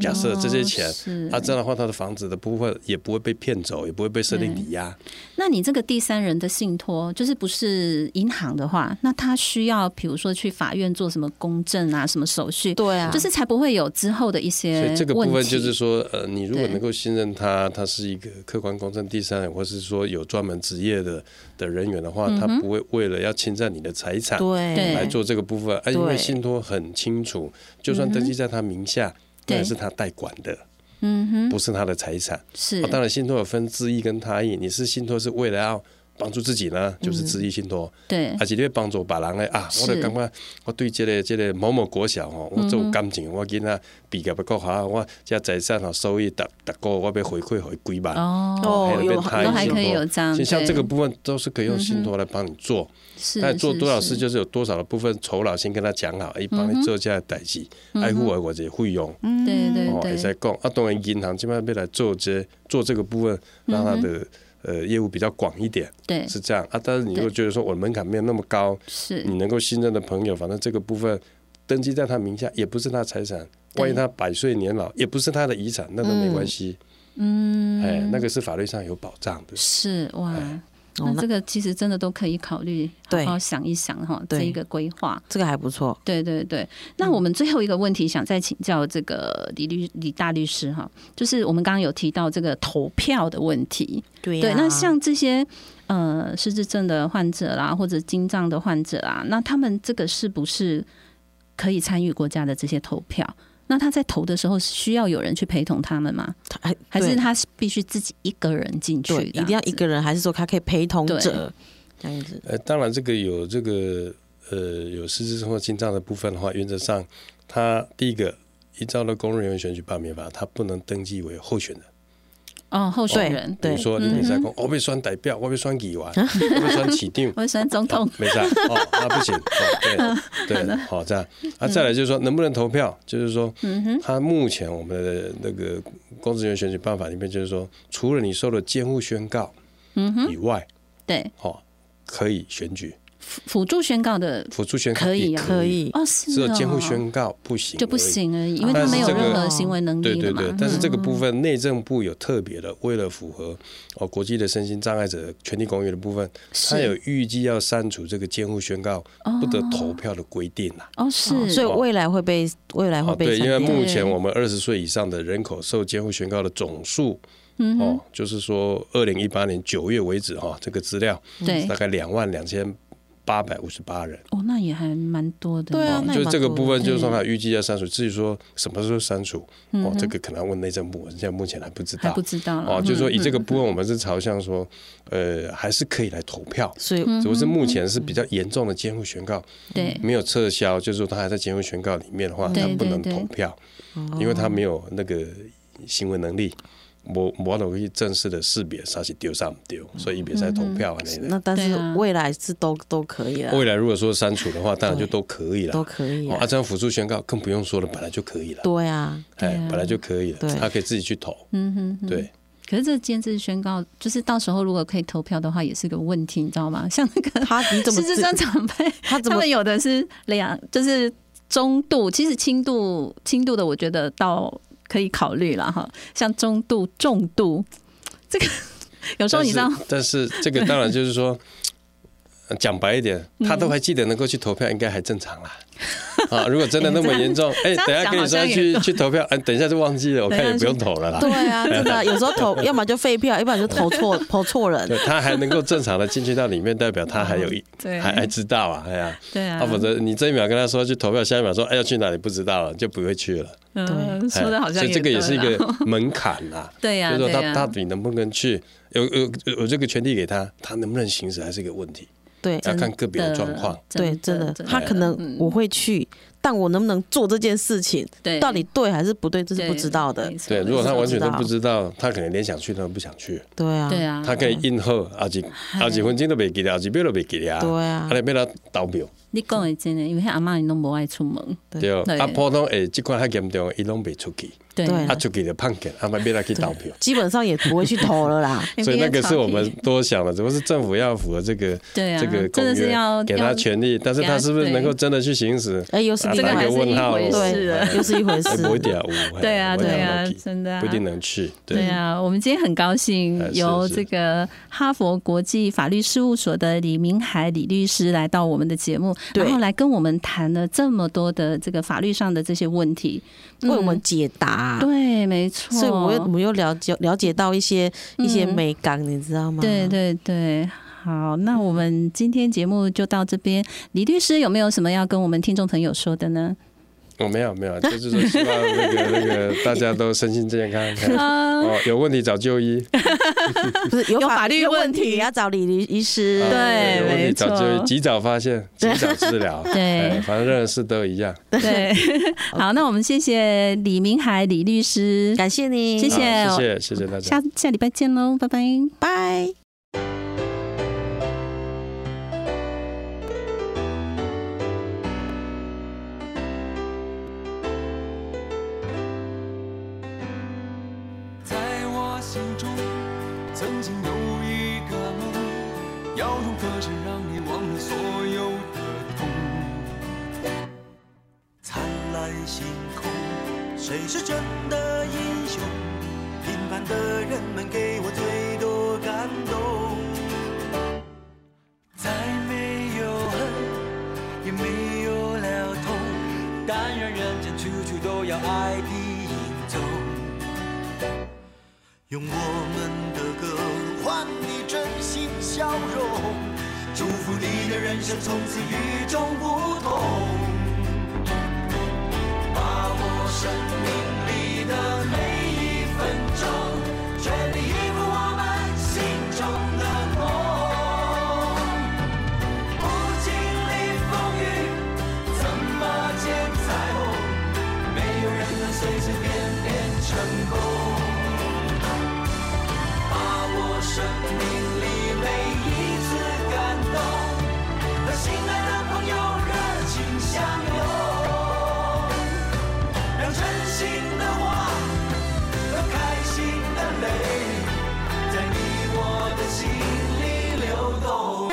Speaker 5: 假设这些钱
Speaker 3: 哦是，
Speaker 5: 啊，这样的话，他的房子的部分也不会被骗走，也不会被设定抵押。
Speaker 3: 那你这个第三人的信托，就是不是银行的话，那他需要比如说去法院做什么公证啊，什么手续，
Speaker 6: 对啊，
Speaker 3: 就是才不会有之后的一些
Speaker 5: 所
Speaker 3: 呃问
Speaker 5: 以
Speaker 3: 题。
Speaker 5: 这个部分就是说，呃，你如果
Speaker 3: 对
Speaker 5: 能够信任他，他是一个客观公正第三人，或是说有专门职业的的人员的话，他不会为了要侵占你的财产
Speaker 3: 嗯对嗯
Speaker 5: 来
Speaker 6: 对
Speaker 5: 做这个部分。啊，因为
Speaker 6: 对
Speaker 5: 信托很清楚，就算登记在他名下，那
Speaker 3: 对
Speaker 5: 也是他代管的，
Speaker 3: 嗯哼，
Speaker 5: 不是他的财产。
Speaker 3: 是
Speaker 5: 哦，当然，信托有分自益跟他益。你是信托是为了要帮助自己呢，就是自益信托；，
Speaker 3: 对
Speaker 5: 而且你会帮助别人的啊，我就是感觉我对这个这个某某国小吼，
Speaker 3: 嗯
Speaker 5: 我做有感情，我囡仔毕业要国好，我这财产吼收益，逐逐个我要回馈回几万。
Speaker 3: 哦，
Speaker 6: 哦
Speaker 5: 还
Speaker 6: 有
Speaker 5: 变他益
Speaker 3: 都还
Speaker 5: 信
Speaker 3: 可以
Speaker 5: 托
Speaker 3: 有这样
Speaker 5: 所以像
Speaker 3: 对嗯
Speaker 5: 这个部分都是可以用信托来帮你做，
Speaker 3: 是
Speaker 5: 那做
Speaker 3: 是
Speaker 5: 多少
Speaker 3: 是嗯
Speaker 5: 事就是有多少的部分酬劳，先跟他讲好，伊帮你做这代志，爱护我我这费
Speaker 3: 对
Speaker 5: 用。哦，会
Speaker 3: 嗯对对，
Speaker 5: 使讲啊，当然银行即摆要来做这做这个部分，让它的、呃业务比较广一点，
Speaker 3: 嗯对
Speaker 5: 是这嗯样啊。但是你如果
Speaker 3: 对
Speaker 5: 觉得说我门槛没有那么高，
Speaker 3: 是
Speaker 5: 你能够信任的朋友，反正这个部分登记在他名下也不是他财产，
Speaker 3: 对
Speaker 5: 万一他百岁年老也不是他的遗
Speaker 3: 嗯
Speaker 5: 产，那都没关系。嗯，哎，那个是法律上有保障的。
Speaker 3: 是哇。
Speaker 6: 哦，
Speaker 3: 那
Speaker 6: 那
Speaker 3: 这个其实真的都可以考虑，好
Speaker 6: 对
Speaker 3: 好想一想哈，这
Speaker 6: 对嗯
Speaker 3: 一个规划。
Speaker 6: 这个还不错。
Speaker 3: 对对对，那我们最后一个问题想再请教这个李律李大律师哈，就是我们刚刚有提到这个投票的问题，
Speaker 6: 对
Speaker 3: 对，那像这些呃失智症的患者啦，或者精障的患者啊，那他们这个是不是可以参与国家的这些投票？那他在投的时候是需要有人去陪同他们吗？
Speaker 6: 还
Speaker 3: 还是
Speaker 6: 哎对
Speaker 3: 他是必须自己一个人进去？
Speaker 6: 对，一定要一个人，还是说他可以陪同
Speaker 3: 对
Speaker 6: 者这样子？
Speaker 5: 呃，当然这个有这个呃有失智症或心脏的部分的话，原则上他第一个依照了公务人员选举罢免法，他不能登记为候选人。
Speaker 3: 哦，候选人
Speaker 5: 比
Speaker 3: 对。
Speaker 5: 如，说你比赛讲，我被选代表，我被选议员，我被选市长
Speaker 3: 我选总统
Speaker 5: 啊，没事啊，哦，那不行，
Speaker 3: 嗯
Speaker 5: 哦，对对，好这样，啊，再来就是说能不能投票，就是说，
Speaker 3: 嗯
Speaker 5: 他目前我们的那个公职人员选举办法里面，就是说，除了你受了监护宣告以外，
Speaker 3: 嗯对，
Speaker 5: 哦，可以选举，
Speaker 3: 辅辅助宣告的
Speaker 5: 辅助宣告
Speaker 3: 可以
Speaker 5: 也
Speaker 3: 啊，
Speaker 5: 可以，
Speaker 6: 以
Speaker 3: 哦，是
Speaker 5: 只有
Speaker 3: 哦
Speaker 5: 监护宣告不行，
Speaker 3: 就不。行而已，因为他
Speaker 5: 但是
Speaker 3: 没有
Speaker 5: 这个
Speaker 3: 任何行为能
Speaker 5: 对
Speaker 3: 力
Speaker 5: 对
Speaker 3: 的嘛嗯
Speaker 5: 对，，但是这个部分内政部有特别的，为了符合哦国际的身心障碍者权利公约的部分，它有
Speaker 3: 是
Speaker 5: 预计要删除这个监护宣告不得投票的规定啊啦。
Speaker 3: 哦是
Speaker 6: 哦，所以未来会被未来
Speaker 5: 哦
Speaker 6: 会被
Speaker 5: 对，因为
Speaker 6: 删掉。
Speaker 5: 目前我们二十岁以上的人口受监护宣告的总数，
Speaker 3: 嗯
Speaker 5: 哦，就是说二零一八年九月为止哈、这个资料
Speaker 3: 对
Speaker 5: 大，概两万两千八百五十八人。
Speaker 3: 哦那也还蛮多的，
Speaker 6: 对啊
Speaker 5: 哦
Speaker 6: 那也
Speaker 5: 就
Speaker 6: 蛮
Speaker 5: 这个
Speaker 6: 多
Speaker 5: 部
Speaker 6: 的
Speaker 5: 分，就是说它预计要删除。至于说什么时候删除，哦，这个可能要问内政部，现在目前还不知
Speaker 3: 还
Speaker 5: 道
Speaker 3: 不。知道了
Speaker 5: 哦，就是说以这个部分，我们是朝向说，呃，还是可以来投票，
Speaker 6: 所以
Speaker 3: 嗯
Speaker 5: 只不过是目前是比较严重的监护宣告
Speaker 3: 对
Speaker 5: 没有撤销，就是说他还在监护宣告里面的话，
Speaker 3: 对
Speaker 5: 他不能
Speaker 3: 对对
Speaker 5: 投票，因为他没有那个行为能力。我我容易正式的识别啥是丢啥不丢，所以别再投票啊那
Speaker 6: 那
Speaker 5: 类
Speaker 6: 但
Speaker 3: 对
Speaker 6: 是
Speaker 3: 啊
Speaker 6: 未来是都都可以了
Speaker 5: 的。，未来如果说删除的话，当然就都可以了，
Speaker 6: 嗯都可以
Speaker 5: 哦，
Speaker 6: 了
Speaker 5: 啊，。这样辅助宣告更不用说了，本来就可以了，
Speaker 6: 对啊，
Speaker 5: 哎
Speaker 3: 对啊，
Speaker 5: 本来就可以了
Speaker 6: 对，
Speaker 5: 他可以自己去投，
Speaker 3: 嗯哼哼，
Speaker 5: 对，
Speaker 3: 可是这监制宣告，就是到时候如果可以投票的话，也是个问题，你知道 吗？像那个
Speaker 6: 他你怎么
Speaker 3: 失智
Speaker 6: 自
Speaker 3: 症长辈，
Speaker 6: 他怎
Speaker 3: 他
Speaker 6: 么
Speaker 3: 们有的是两，就是中度，其实轻度轻度的，我觉得到可以考虑了哈。像中度、重度，这个有时候
Speaker 5: 但
Speaker 3: 你知道
Speaker 5: 是，但是这个当然就是说，呃讲白一点，
Speaker 3: 嗯
Speaker 5: 他都还记得能够去投票，应该还正常啦。 啊，如果真的那么严重，哎、
Speaker 3: 样
Speaker 5: 等
Speaker 3: 这
Speaker 5: 一
Speaker 3: 样
Speaker 5: 下跟你
Speaker 3: 讲好像
Speaker 5: 说去
Speaker 3: 也
Speaker 5: 去投票，哎、等一下就忘记了，我看也不用投了啦。
Speaker 6: 对啊，真 的啊有时候投，要么就废票，要不然就投 错投错人
Speaker 5: 对，。他还能够正常的进去到里面，代表他还有一
Speaker 3: 哦对
Speaker 5: 还还知道啊，哎呀，
Speaker 3: 对啊，
Speaker 5: 啊，否则你这一秒跟他说去投票，下一秒说哎要去哪里不知道了，就不会去了。
Speaker 3: 嗯，
Speaker 5: 哎
Speaker 3: 说的好像
Speaker 5: 所以这个也
Speaker 3: 对
Speaker 5: 是一
Speaker 3: 啦
Speaker 5: 个门槛啦。
Speaker 3: 对呀
Speaker 5: 就是说
Speaker 3: 对啊呀
Speaker 5: 他到底能不能去，有有有这个权利给他，他能不能行使还是一个问题，
Speaker 6: 对
Speaker 5: 要看个别的状况。
Speaker 6: 对，真的，他可能
Speaker 3: 嗯
Speaker 6: 我会去，但我能不能做这件事情，
Speaker 3: 对
Speaker 6: 到底对还是不对，这是
Speaker 3: 对
Speaker 6: 不知道的
Speaker 3: 没。错
Speaker 5: 对，如果
Speaker 6: 是
Speaker 5: 他
Speaker 6: 不
Speaker 5: 完
Speaker 6: 知
Speaker 5: 全都
Speaker 6: 道
Speaker 5: 不知道，他可能连想去都不想去，
Speaker 6: 对啊，
Speaker 3: 对，啊，
Speaker 5: 他可以应后啊几啊几分钟都没给了，啊几秒都没给了，
Speaker 6: 对啊
Speaker 5: 啊来被他倒表，
Speaker 3: 你讲的真的，因为阿妈你都不爱出门，
Speaker 5: 对，
Speaker 3: 对
Speaker 5: 啊普通诶这块较严重，伊拢未出去，
Speaker 3: 对
Speaker 6: 对
Speaker 5: 啊出去就判决，啊咪被他去倒表。
Speaker 6: 基本上也不会去投 了啦。
Speaker 5: 所以那个是我们多想的，只不过是政府要符合这个
Speaker 3: 对啊
Speaker 5: 这个
Speaker 3: 真
Speaker 5: 公
Speaker 3: 的
Speaker 5: 约，
Speaker 3: 是要
Speaker 5: 给
Speaker 3: 要
Speaker 5: 他权利，但是
Speaker 3: 给他
Speaker 5: 他是不是
Speaker 3: 对
Speaker 5: 能够真的去行使？
Speaker 6: 哎，又是
Speaker 5: 啊
Speaker 6: 另
Speaker 5: 打
Speaker 3: 个
Speaker 6: 外
Speaker 5: 一
Speaker 3: 还
Speaker 5: 个
Speaker 3: 是
Speaker 5: 问号
Speaker 3: 一
Speaker 5: 咯，
Speaker 3: 回事啊
Speaker 6: 对，又是一回
Speaker 5: 哎不一
Speaker 6: 事。
Speaker 5: 点啊，有
Speaker 3: 对啊
Speaker 5: 哎不一定
Speaker 3: 对啊
Speaker 5: 有
Speaker 3: 真的啊
Speaker 5: 不一定能去，
Speaker 3: 对啊，我们今天很高兴
Speaker 5: 哎是
Speaker 3: 由
Speaker 5: 是
Speaker 3: 这个哈佛国际法律事务所的李明海李律师来到我们的节目，
Speaker 6: 对
Speaker 3: 然后来跟我们谈了这么多的这个法律上的这些问题，
Speaker 6: 为我们
Speaker 3: 嗯
Speaker 6: 解答。
Speaker 3: 对，哦没错，
Speaker 6: 所以啊我又我又了解了解到一些一些
Speaker 3: 嗯
Speaker 6: 美感，你知道吗？
Speaker 3: 对对对。好，那我们今天节目就到这边。李律师有没有什么要跟我们听众朋友说的呢？
Speaker 5: 我哦没有没有， 就是说希望那个那个大家都身心 健康，
Speaker 3: 嗯
Speaker 5: 哦，有问题找就医，
Speaker 6: 不是有
Speaker 3: 有法律
Speaker 6: 有
Speaker 3: 问
Speaker 6: 问
Speaker 3: 题
Speaker 6: 题要找李律医师。
Speaker 5: 啊
Speaker 3: 对
Speaker 5: 有问
Speaker 3: 没
Speaker 5: 题
Speaker 3: 错
Speaker 5: 找就医，及早发现，及早治疗，
Speaker 3: 对
Speaker 5: 哎反正任何事都一样，
Speaker 3: 对， 好，那我们谢谢李明海李律师，
Speaker 6: 感谢你，
Speaker 3: 谢
Speaker 5: 啊
Speaker 3: 谢哦
Speaker 5: 谢谢谢谢大家，
Speaker 3: 下下礼拜见喽，拜拜。
Speaker 6: 拜。
Speaker 7: 在我心中，曾经有一个梦，要用歌声让你忘了所有的痛。灿烂星空，谁是真的英雄？平凡的人们给我最多感动。心笑容，祝福你的人生从此与众不同。把握生命里的每一分钟，全力以赴我们心中的梦。不经历风雨，怎么见彩虹？没有人能随随便便成功。把握生命里每一次感动，和心爱的朋友热情相拥，让真心的话和开心的泪，在你我的心里流动。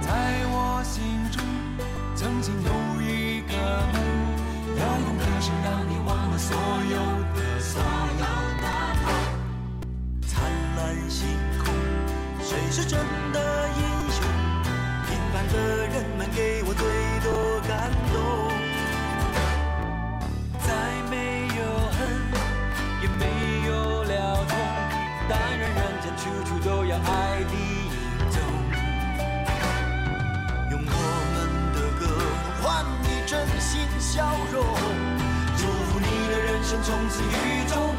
Speaker 8: 在我心中，曾经有一个梦，要用歌声让你忘了所有的所有的痛。灿烂星空，谁是真的英雄？平凡的人们给我最多感动。再没有恨，也没有了痛，但愿人间处处都有爱的影踪。用我们的歌换你真心笑容，祝福你的人生从此与众